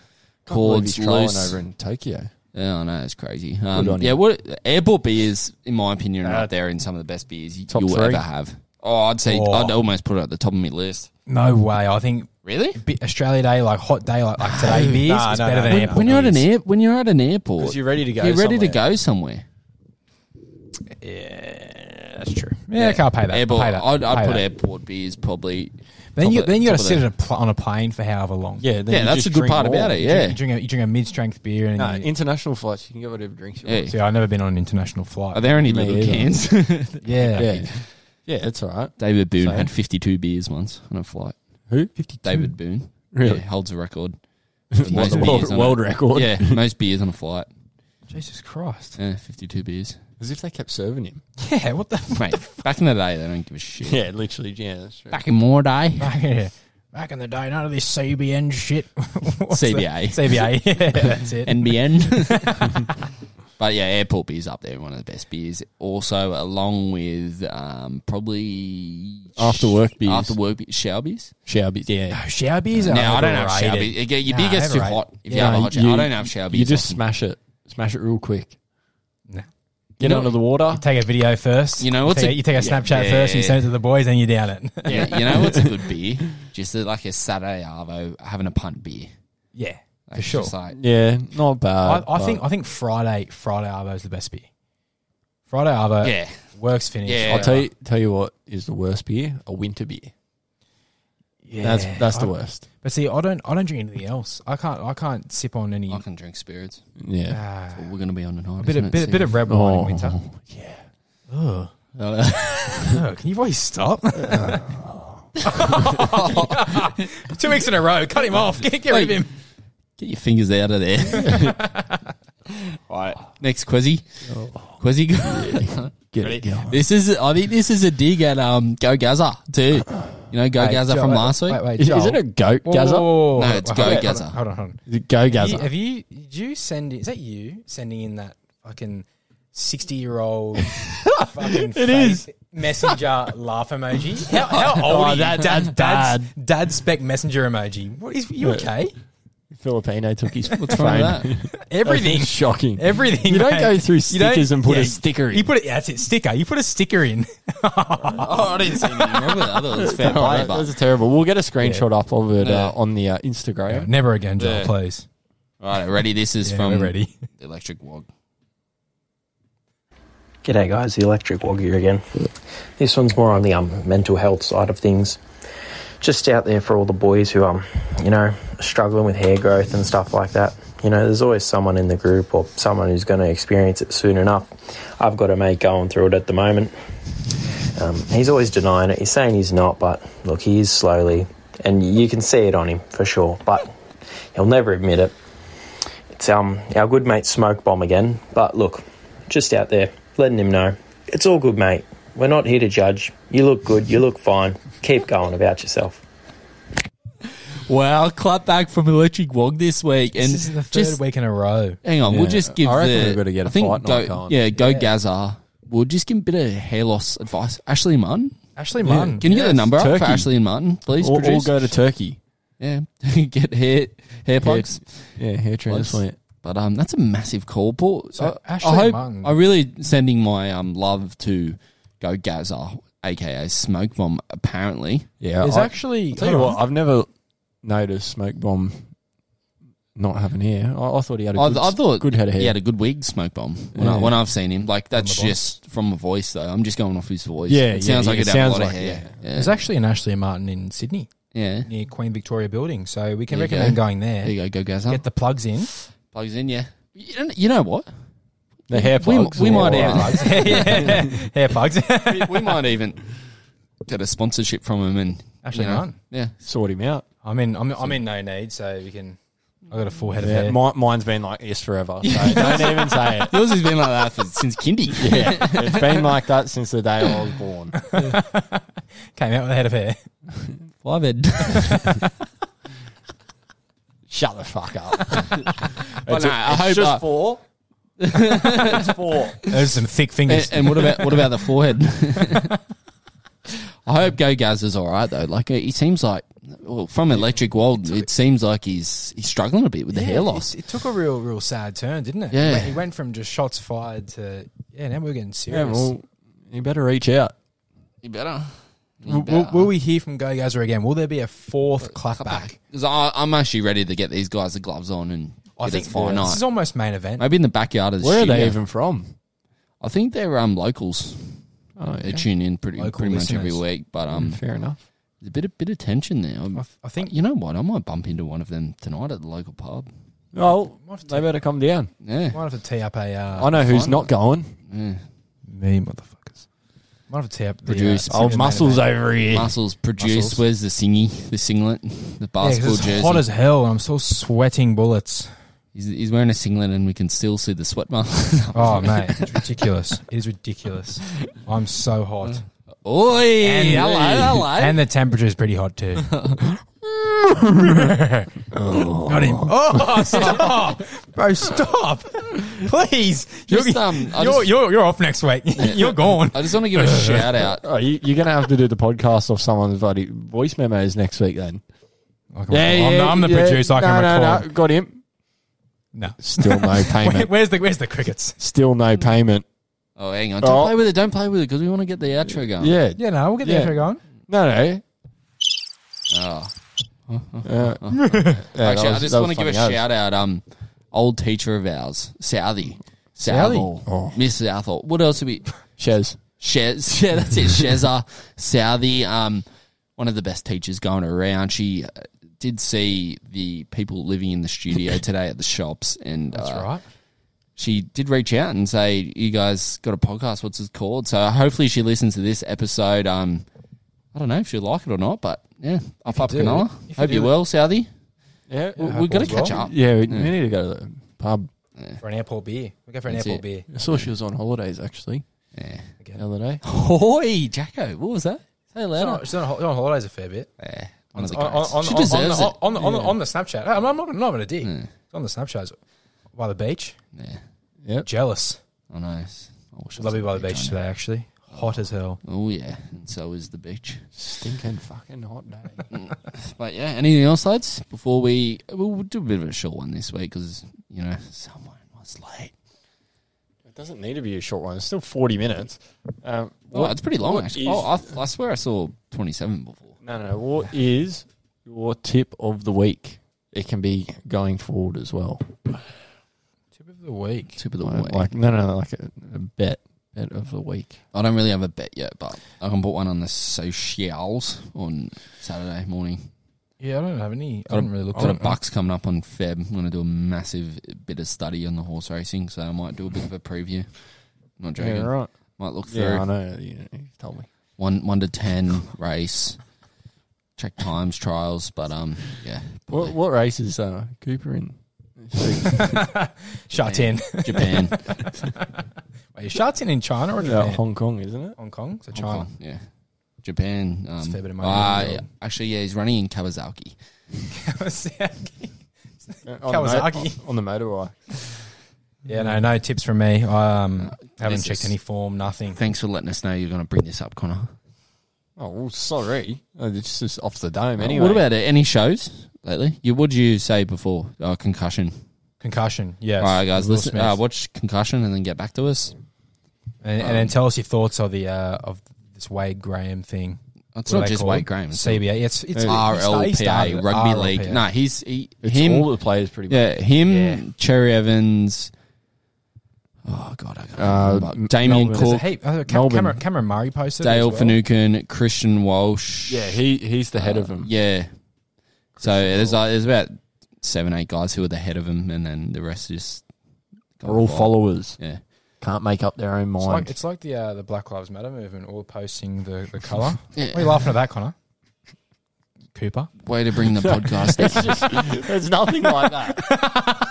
S2: <laughs>
S4: Can't believe
S2: cords
S4: he's trialing
S2: loose.
S4: over in Tokyo.
S2: Yeah, I know it's crazy. Um,
S4: Good on
S2: yeah,
S4: you.
S2: what airport beers, in my opinion, are
S3: Uh,
S2: up there in some of the best beers y-
S4: top
S2: you'll
S4: three?
S2: ever have. Oh, I'd say
S3: Oh.
S2: I'd almost put it at the top of my list.
S3: No way. I think
S2: Really?
S3: bi- Australia Day, like hot day, like,
S2: <laughs>
S3: like today, beers
S4: Nah,
S3: is
S4: no,
S3: better
S4: no,
S3: than
S4: no.
S3: airport
S2: When you're at an
S3: beers.
S2: air, when you're at an airport,
S4: 'Cause you're ready to go
S2: You're ready to
S4: somewhere.
S2: go somewhere.
S3: Yeah, that's true. Yeah, okay, I'll pay that.
S2: Airport.
S3: Pay that.
S2: I'd, I'd
S3: pay
S2: put
S3: that.
S2: airport beers probably.
S3: Then
S2: top
S3: you
S2: of-
S3: then you
S2: top
S3: got to
S2: of
S3: sit
S2: the-
S3: at a pl- on a plane for however long.
S4: Yeah, then
S2: Yeah,
S4: you
S2: that's
S4: just
S2: a good
S4: drink
S2: part
S4: more.
S2: about it,
S3: You
S2: yeah.
S3: drink, you drink a, you drink a mid strength beer and
S4: No,
S3: you,
S4: international flights. You can get whatever drinks you
S2: Yeah.
S4: want.
S3: see, I never been on an international flight.
S2: Are there any
S4: Me
S2: little
S3: <laughs>
S4: either.
S2: cans?
S3: yeah,
S4: Yeah, yeah, it's all right.
S2: David Boone
S4: Same.
S2: had 52 beers once on a flight.
S4: Who? Fifty.
S2: David Boone
S4: Really?
S2: Yeah, holds a
S3: <laughs>
S2: record.
S4: World,
S2: Most beers
S4: world,
S2: on
S4: world
S2: a-
S4: record.
S2: Yeah, most beers on a flight.
S3: Jesus Christ. <laughs>
S2: Yeah, 52 beers.
S4: As if they kept serving him. <laughs>
S3: Yeah, what the
S2: Mate, back in the day, they don't give a shit.
S4: Yeah, literally. Yeah, that's true.
S2: Back in more
S3: <laughs>
S2: day,
S3: back, yeah. back in the day, none of this CBN shit. <laughs> What's that?
S2: CBA.
S3: CBA. <laughs> Yeah, that's it.
S4: <laughs>
S2: NBN. <laughs> but yeah, airport beer's up there, one of the best beers. Also, along with um, probably
S4: After work beers.
S2: After work beers, shower beers.
S4: Shower bits,
S3: No,
S4: yeah.
S3: shower beers are
S2: Now I don't have
S3: overrated.
S2: shower beers. It get- Your beer
S3: Nah,
S2: gets too
S3: overrated.
S2: hot. If
S3: Yeah,
S2: you have a hot shower, I don't have shower beers.
S4: You
S3: <laughs>
S4: just
S2: often.
S4: smash it. Smash it real quick.
S3: Nah.
S4: Get
S2: know-
S4: under the water.
S3: Take a video first.
S2: You know
S3: You
S2: what's
S3: take,
S2: a-
S3: a, you take a
S2: yeah,
S3: Snapchat first, and you
S2: yeah.
S3: send it to the boys, and you down it. <laughs>
S2: Yeah, you know what's a good beer? Just a- like a Saturday arvo having a punt beer.
S3: yeah,
S2: Like,
S3: for
S2: it's
S3: sure.
S2: just like-
S4: Yeah, not bad.
S3: I, I
S4: but-
S3: think I think Friday Friday Arvo is the best beer. Friday Arvo
S2: yeah,
S3: works finished.
S2: Yeah.
S4: I'll tell you tell you what is the worst beer a winter beer.
S3: Yeah.
S4: That's that's the
S3: I-
S4: worst.
S3: But see, I don't I don't drink anything else. I can't I can't sip on any.
S2: I can drink spirits.
S4: Yeah,
S3: Ah,
S2: We're going to be on tonight.
S3: a bit
S2: isn't
S3: of
S2: it,
S3: bit,
S2: Sid?
S3: bit of red wine in
S4: Oh.
S3: winter. Ugh.
S2: uh,
S3: Ugh, <laughs> can you please stop? Two weeks in a row. Cut him off. Get, get rid of him.
S2: <laughs> Get your fingers out of there.
S3: <laughs>
S2: <laughs> All right, next Quezzy.
S4: Oh.
S2: Quezzy, go-
S4: get
S2: Ready?
S4: it going.
S2: this is. I think this is a dig at um Go Gaza too. You know Go
S3: Wait,
S2: Gaza
S3: Joel,
S2: from
S3: wait,
S2: last week.
S3: wait, wait,
S4: Is, is
S3: Joel.
S4: it a goat
S3: Whoa,
S4: gazer?
S3: whoa, whoa, whoa.
S2: No, it's
S3: Wait,
S2: go
S3: hold on,
S2: Gaza.
S3: Hold on, hold on.
S4: Is it go
S3: Have you,
S4: gazer?
S3: have you did you send is that you sending in that fucking sixty year old fucking it
S4: is.
S3: messenger laugh emoji? How, how old
S4: Oh,
S3: are you?
S4: that- that's
S3: dad's, dad spec messenger emoji. What is you
S4: Yeah.
S3: okay?
S4: Filipino took his What's
S2: From that.
S3: Everything
S4: <laughs> shocking.
S3: everything
S4: You don't
S3: mate.
S4: go through
S3: You don't-
S4: stickers and put
S3: yeah,
S4: a sticker in.
S3: You put it that's it, sticker. You put a sticker in.
S2: <laughs>
S3: <laughs>
S2: Oh, I didn't see anything wrong with that. I thought
S4: <laughs>
S2: it was fair
S4: Oh,
S2: play,
S4: that-
S2: but
S4: that's terrible. We'll get a screenshot up of it
S2: Yeah.
S4: uh, on the uh, Instagram.
S3: Never again, Joel,
S2: Yeah.
S3: please.
S2: all right, ready. This is
S3: Yeah,
S2: from
S3: we're ready.
S2: <laughs> Electric Wog.
S6: G'day guys, the Electric Wagyu again. This one's more on the um, mental health side of things. Just out there for all the boys who um, you know, struggling with hair growth and stuff like that. You know, there's always someone in the group or someone who's going to experience it soon enough. I've got a mate going through it at the moment. Um, he's always denying it. He's saying he's not, but look, he is slowly, and you can see it on him for sure. But he'll never admit it. It's um our good mate Smoke Bomb again. But look, just out there, letting him know. It's all good, mate. We're not here to judge. You look good, you look fine. Keep going about yourself.
S2: Wow, clap back from Electric Wog this week, and
S3: this is the third
S2: just
S3: week in a row.
S2: hang on. We'll
S4: Yeah,
S2: just give.
S4: I reckon
S2: the,
S4: we've gotta get
S2: I
S4: a
S2: think
S4: fight night
S2: go,
S4: going.
S2: Yeah, go Gaza. We'll just give him a bit of hair loss advice. Ashley Martin,
S3: Ashley Martin.
S2: can you get the
S4: Yes,
S2: number up for
S4: Turkey.
S2: Ashley and Martin, please?
S4: Or, or
S2: produce?
S4: go to Turkey.
S2: yeah, <laughs> get hair hair plugs.
S4: Yeah, hair transplant.
S2: But um, that's a massive call, Paul.
S3: So,
S2: I,
S3: Ashley
S2: I hope
S3: Martin-
S2: I'm really sending my um love to Go Gaza, aka Smoke Bomb. Apparently,
S4: Yeah,
S3: There's
S4: I,
S3: actually
S4: tell you
S3: hold on.
S4: what, I've never noticed Smoke Bomb not having hair. I, I thought he had a
S2: I,
S4: good,
S2: I thought
S4: good head of hair.
S2: He had a good wig, Smoke Bomb. When, I,
S4: Yeah.
S2: when I've seen him, like that's
S3: the
S2: just from a voice though. I'm just going off his voice.
S4: Yeah,
S2: it
S4: yeah,
S2: sounds
S4: yeah,
S2: like it had
S4: it
S2: a
S4: sounds
S2: lot of
S4: like it,
S2: hair. Yeah,
S3: There's actually an Ashley Martin in Sydney
S2: yeah.
S3: near Queen Victoria Building, so we can
S2: There you
S3: recommend
S2: go.
S3: going there.
S2: There you go, Go Gaza.
S3: Get the plugs
S4: <laughs>
S3: in.
S2: plugs in, yeah. You, don't, you know what?
S4: the hair
S2: We,
S4: plugs.
S2: we
S4: or-
S2: might
S4: or-
S2: even
S3: <laughs> yeah.
S4: <laughs>
S3: Hair plugs. <laughs>
S2: we, we might even get a sponsorship from him and
S3: Ashley
S2: you know,
S3: Martin.
S2: Yeah,
S4: sort him out.
S3: I'm in. I'm, I'm in no need, so we can. I got a full head of
S4: Yeah,
S3: hair.
S4: mi- mine's been like this forever. So <laughs> don't even say it.
S2: Yours has been like that for, since kindy. <laughs>
S4: <laughs> Yeah, it's been like that since the day I was born.
S3: <laughs> Came out with a head of hair.
S2: Five head.
S4: Shut the fuck up. it's
S2: no, I
S4: it's
S2: hope uh,
S4: just
S2: I-
S4: four. it's four.
S3: Those are some thick
S2: and,
S3: fingers.
S2: and what about what about the forehead? <laughs> I hope Go Gaz is all right though. Like uh, he seems like, well, from Electric World, it seems like he's he's struggling a bit with the hair loss.
S3: It, it took a real, real sad turn, didn't it?
S2: Yeah.
S3: He went, he went from just shots fired to yeah. Now we're getting serious.
S4: Yeah, well, you better reach out.
S2: You better.
S3: will, will, will we hear from Go Gazer again? Will there be a fourth clapback?
S2: Because I'm actually ready to get these guys the gloves on and
S3: I
S2: get
S3: think
S2: it fine
S3: this is almost main event.
S2: Maybe in the backyard of the
S4: Where are they
S2: studio.
S4: even from?
S2: I think they're um locals.
S4: Oh,
S2: They tune in pretty
S3: Local
S2: pretty much every
S3: listeners. Mm.
S2: week, but um,
S4: fair enough.
S2: there's a bit of bit of tension there. I'm-
S3: I, th- I think
S2: you know what? I might bump into one of them tonight at the local pub.
S4: Well,
S3: Might have to-
S4: they better come down.
S2: Yeah,
S3: might have to tee up a uh,
S4: I know who's not going.
S2: yeah.
S3: me motherfuckers. Might have to tee up the, uh,
S2: Produce.
S3: second
S4: Old
S3: main
S4: muscles
S3: event.
S4: over here.
S2: muscles produce.
S3: Muscles.
S2: Where's the singy, the singlet, the
S3: Yeah, 'cause
S2: basketball
S3: it's
S2: jersey?
S3: hot as hell, and I'm still sweating bullets.
S2: he's, he's wearing a singlet, and we can still see the sweat marks. <laughs>
S3: Oh mate, it's ridiculous! It is ridiculous. I'm so hot,
S2: Oi, hello, hello.
S3: and the temperature is pretty hot <laughs> too. Got him. Oh, stop, bro! Stop, please.
S2: Just,
S3: you're,
S2: um, I
S3: you're,
S2: just-
S3: you're you're off next week. <laughs> you're gone.
S2: I just want to give a shout out.
S4: Oh, you, you're going to have to do the podcast off someone's bloody voice memos next week then.
S3: I can recall. I'm, the- I'm the producer. I can
S4: no,
S3: recall.
S4: No, no, got him.
S3: No.
S4: Still
S3: <laughs>
S4: no
S3: Where,
S4: payment.
S3: where's the where's the crickets?
S4: Still no payment.
S2: Oh, hang on. Don't
S4: Oh.
S2: play with it. Don't play with it because we want to get the outro going.
S4: Yeah.
S3: Yeah, no, we'll get the
S4: Yeah.
S3: intro going.
S4: No, no.
S2: Oh.
S4: Uh, Ah. <laughs> yeah, that
S2: Actually, I
S4: was-
S2: just
S4: that
S2: want to
S4: was
S2: give a
S4: funny as.
S2: shout out. Um, old teacher of ours, Southie. Southall.
S4: Oh.
S2: Miss Southall. What else did we?
S4: Shez.
S2: Shez, <laughs> yeah, that's it. Sheza Southey, um, one of the best teachers going around. She uh, did see the people living in the
S4: <laughs>
S2: studio today at the shops, and
S3: That's
S2: uh,
S3: right.
S2: she did reach out and say, "You guys got a podcast? What's it called?" So hopefully she listens to this episode. Um, I don't know if she'll like it or not, but yeah, up up
S3: do,
S2: canola.
S3: if you
S2: Hope
S3: do
S2: you're
S3: it.
S2: well, Southey.
S4: Yeah,
S2: We-
S3: hope
S2: We've got to
S3: all's well.
S2: catch up.
S4: yeah, we, we need to go to the pub.
S3: For an airport beer. We go for an
S2: That's
S3: airport
S2: it.
S3: beer.
S4: I saw she was on holidays actually
S2: Yeah.
S4: the other day.
S2: Hoi, Jacko. What was that? Say
S3: She's
S2: louder.
S3: on, she's on hol- on holidays a fair bit.
S2: Yeah, one
S3: On
S2: of the
S3: on-
S2: greats.
S3: on-
S2: she
S3: on- on the-
S2: deserves it.
S3: on the- on the- on the Snapchat. I'm I'm not I'm not gonna dig. It's on the Snapchat. It's By the beach.
S2: Yeah.
S4: Yep.
S3: Jealous.
S2: I know. It's- I wish I was
S3: Lovely
S2: on
S3: by the
S2: beach,
S3: beach
S2: I know.
S3: today actually. Hot as hell.
S2: Oh yeah, and so is the beach.
S4: Stinking fucking hot day.
S2: But yeah, anything else, lads? Before we we'll we'll do a bit of a short one this week because you know someone was late.
S4: it doesn't need to be a short one. It's still forty minutes. Um,
S2: Oh, it's pretty long
S4: what
S2: actually.
S4: is-
S2: Oh, I, th- I swear I saw twenty seven before.
S4: no, no, no. What is your tip of the week? It can be going forward as well.
S3: Tip of the week.
S2: Tip of the
S4: Like,
S2: week.
S4: like no, no, like a, a bet bet of the week.
S2: I don't really have a bet yet, but I can put one on the socials on Saturday morning.
S3: Yeah, I don't have any. I
S2: Got a-
S3: haven't really looked
S2: Got a
S3: at it.
S2: bucks coming up on Feb. I'm going to do a massive bit of study on the horse racing, so I might do a bit of a preview. Not joking.
S4: right.
S2: Might look through.
S4: Yeah, I know. You, know, you told me.
S2: one one to ten race. Check times, trials, but um, yeah,
S4: What
S2: probably
S4: what race is uh, Cooper in?
S3: Shut in. <laughs>
S2: Japan,
S3: Wait, shut in in China or
S4: Uh,
S3: Japan?
S4: Hong Kong, isn't it?
S3: Hong Kong? So
S2: Hong
S3: China.
S2: Kong, yeah, Japan. Um,
S3: a fair bit of money
S2: ah,
S3: in the
S2: yeah.
S3: world.
S2: actually, yeah, he's running in Kawasaki.
S3: <laughs> Kawasaki.
S4: on the motorbike.
S3: yeah, no, no tips from me. I um, haven't
S2: Uh, This
S3: checked
S2: is-
S3: any form, nothing.
S2: Thanks for letting us know you're going to bring this up, Connor.
S4: Oh, well, sorry. Uh, It's just off the dome
S2: Uh,
S4: anyway.
S2: what about it? Any shows lately? You what did you say before? Oh, concussion.
S3: Concussion, yes.
S2: All right, guys,
S3: Will
S2: listen.
S3: Smith.
S2: Uh, watch concussion and then get back to us.
S3: and, and then tell us your thoughts of the uh, of this Wade Graham thing.
S2: It's
S3: What are
S2: not
S3: they
S2: just
S3: called?
S2: White Graham. It's
S3: CBA. It's it's he started
S2: RLPA
S3: it,
S2: rugby
S3: RLPA.
S2: league. No, he's he,
S4: It's
S2: him.
S4: all the players pretty much.
S2: Yeah, him,
S3: Yeah.
S2: Cherry Evans. Oh god, I can't
S4: Uh,
S2: remember. Damien
S3: There's
S4: Melbourne.
S3: a
S2: Cook,
S3: heap. Uh, Cam-
S4: Melbourne.
S3: Cameron, Cameron Murray posted. it as
S2: Dale
S3: well.
S2: Finucane, Christian Walsh.
S4: Yeah, he he's the head of them.
S2: Yeah. So there's like, there's about seven, eight guys who are the head of him, and then the rest is
S4: They're all followers.
S2: Yeah.
S4: Can't make up their own
S3: It's
S4: mind.
S3: like, it's like the uh, the Black Lives Matter movement, all posting the, the color.
S2: Yeah.
S3: What are you laughing at that, Connor? Cooper.
S2: Way to
S4: <laughs>
S2: bring the podcast down.
S4: There's nothing
S7: <laughs>
S4: like that.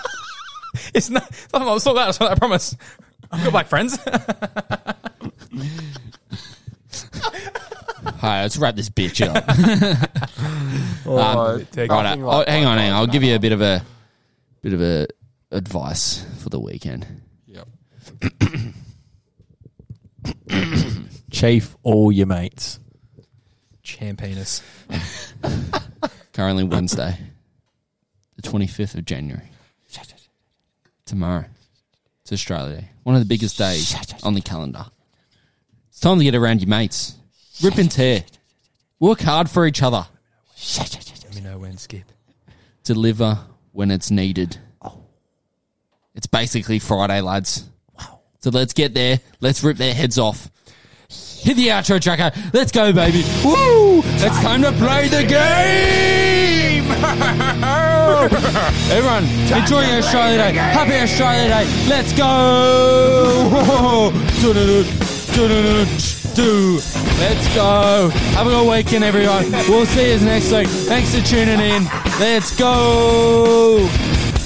S3: It's not. I saw that. I saw that. I promise. I've got black friends.
S2: All right, let's wrap this bitch
S4: <laughs>
S2: up.
S4: Alright, Um, take
S2: Right,
S4: nothing
S2: uh,
S4: like
S2: oh, hang
S4: that.
S2: on, hang on. I'll give you a bit of a bit of a advice for the weekend.
S4: Yep.
S7: Chief all your
S2: <laughs>
S7: mates.
S3: Champinas.
S2: Currently Wednesday, the twenty fifth of January. Tomorrow, it's Australia Day, one of the biggest days on the calendar. It's time to get around your mates, rip and tear, work hard for each other,
S3: Let me know when skip.
S2: deliver when it's needed. It's basically Friday, lads. So let's get there. Let's rip their heads off. Hit the outro tracker. Let's go, baby. Woo! It's time to play the game. Everyone, enjoy your Australia Day. Happy Australia Day. Let's go. <laughs> Do-do-do, do-do-do, do. Let's go. Have a good weekend, everyone. We'll see you next week. Thanks for tuning in. Let's go.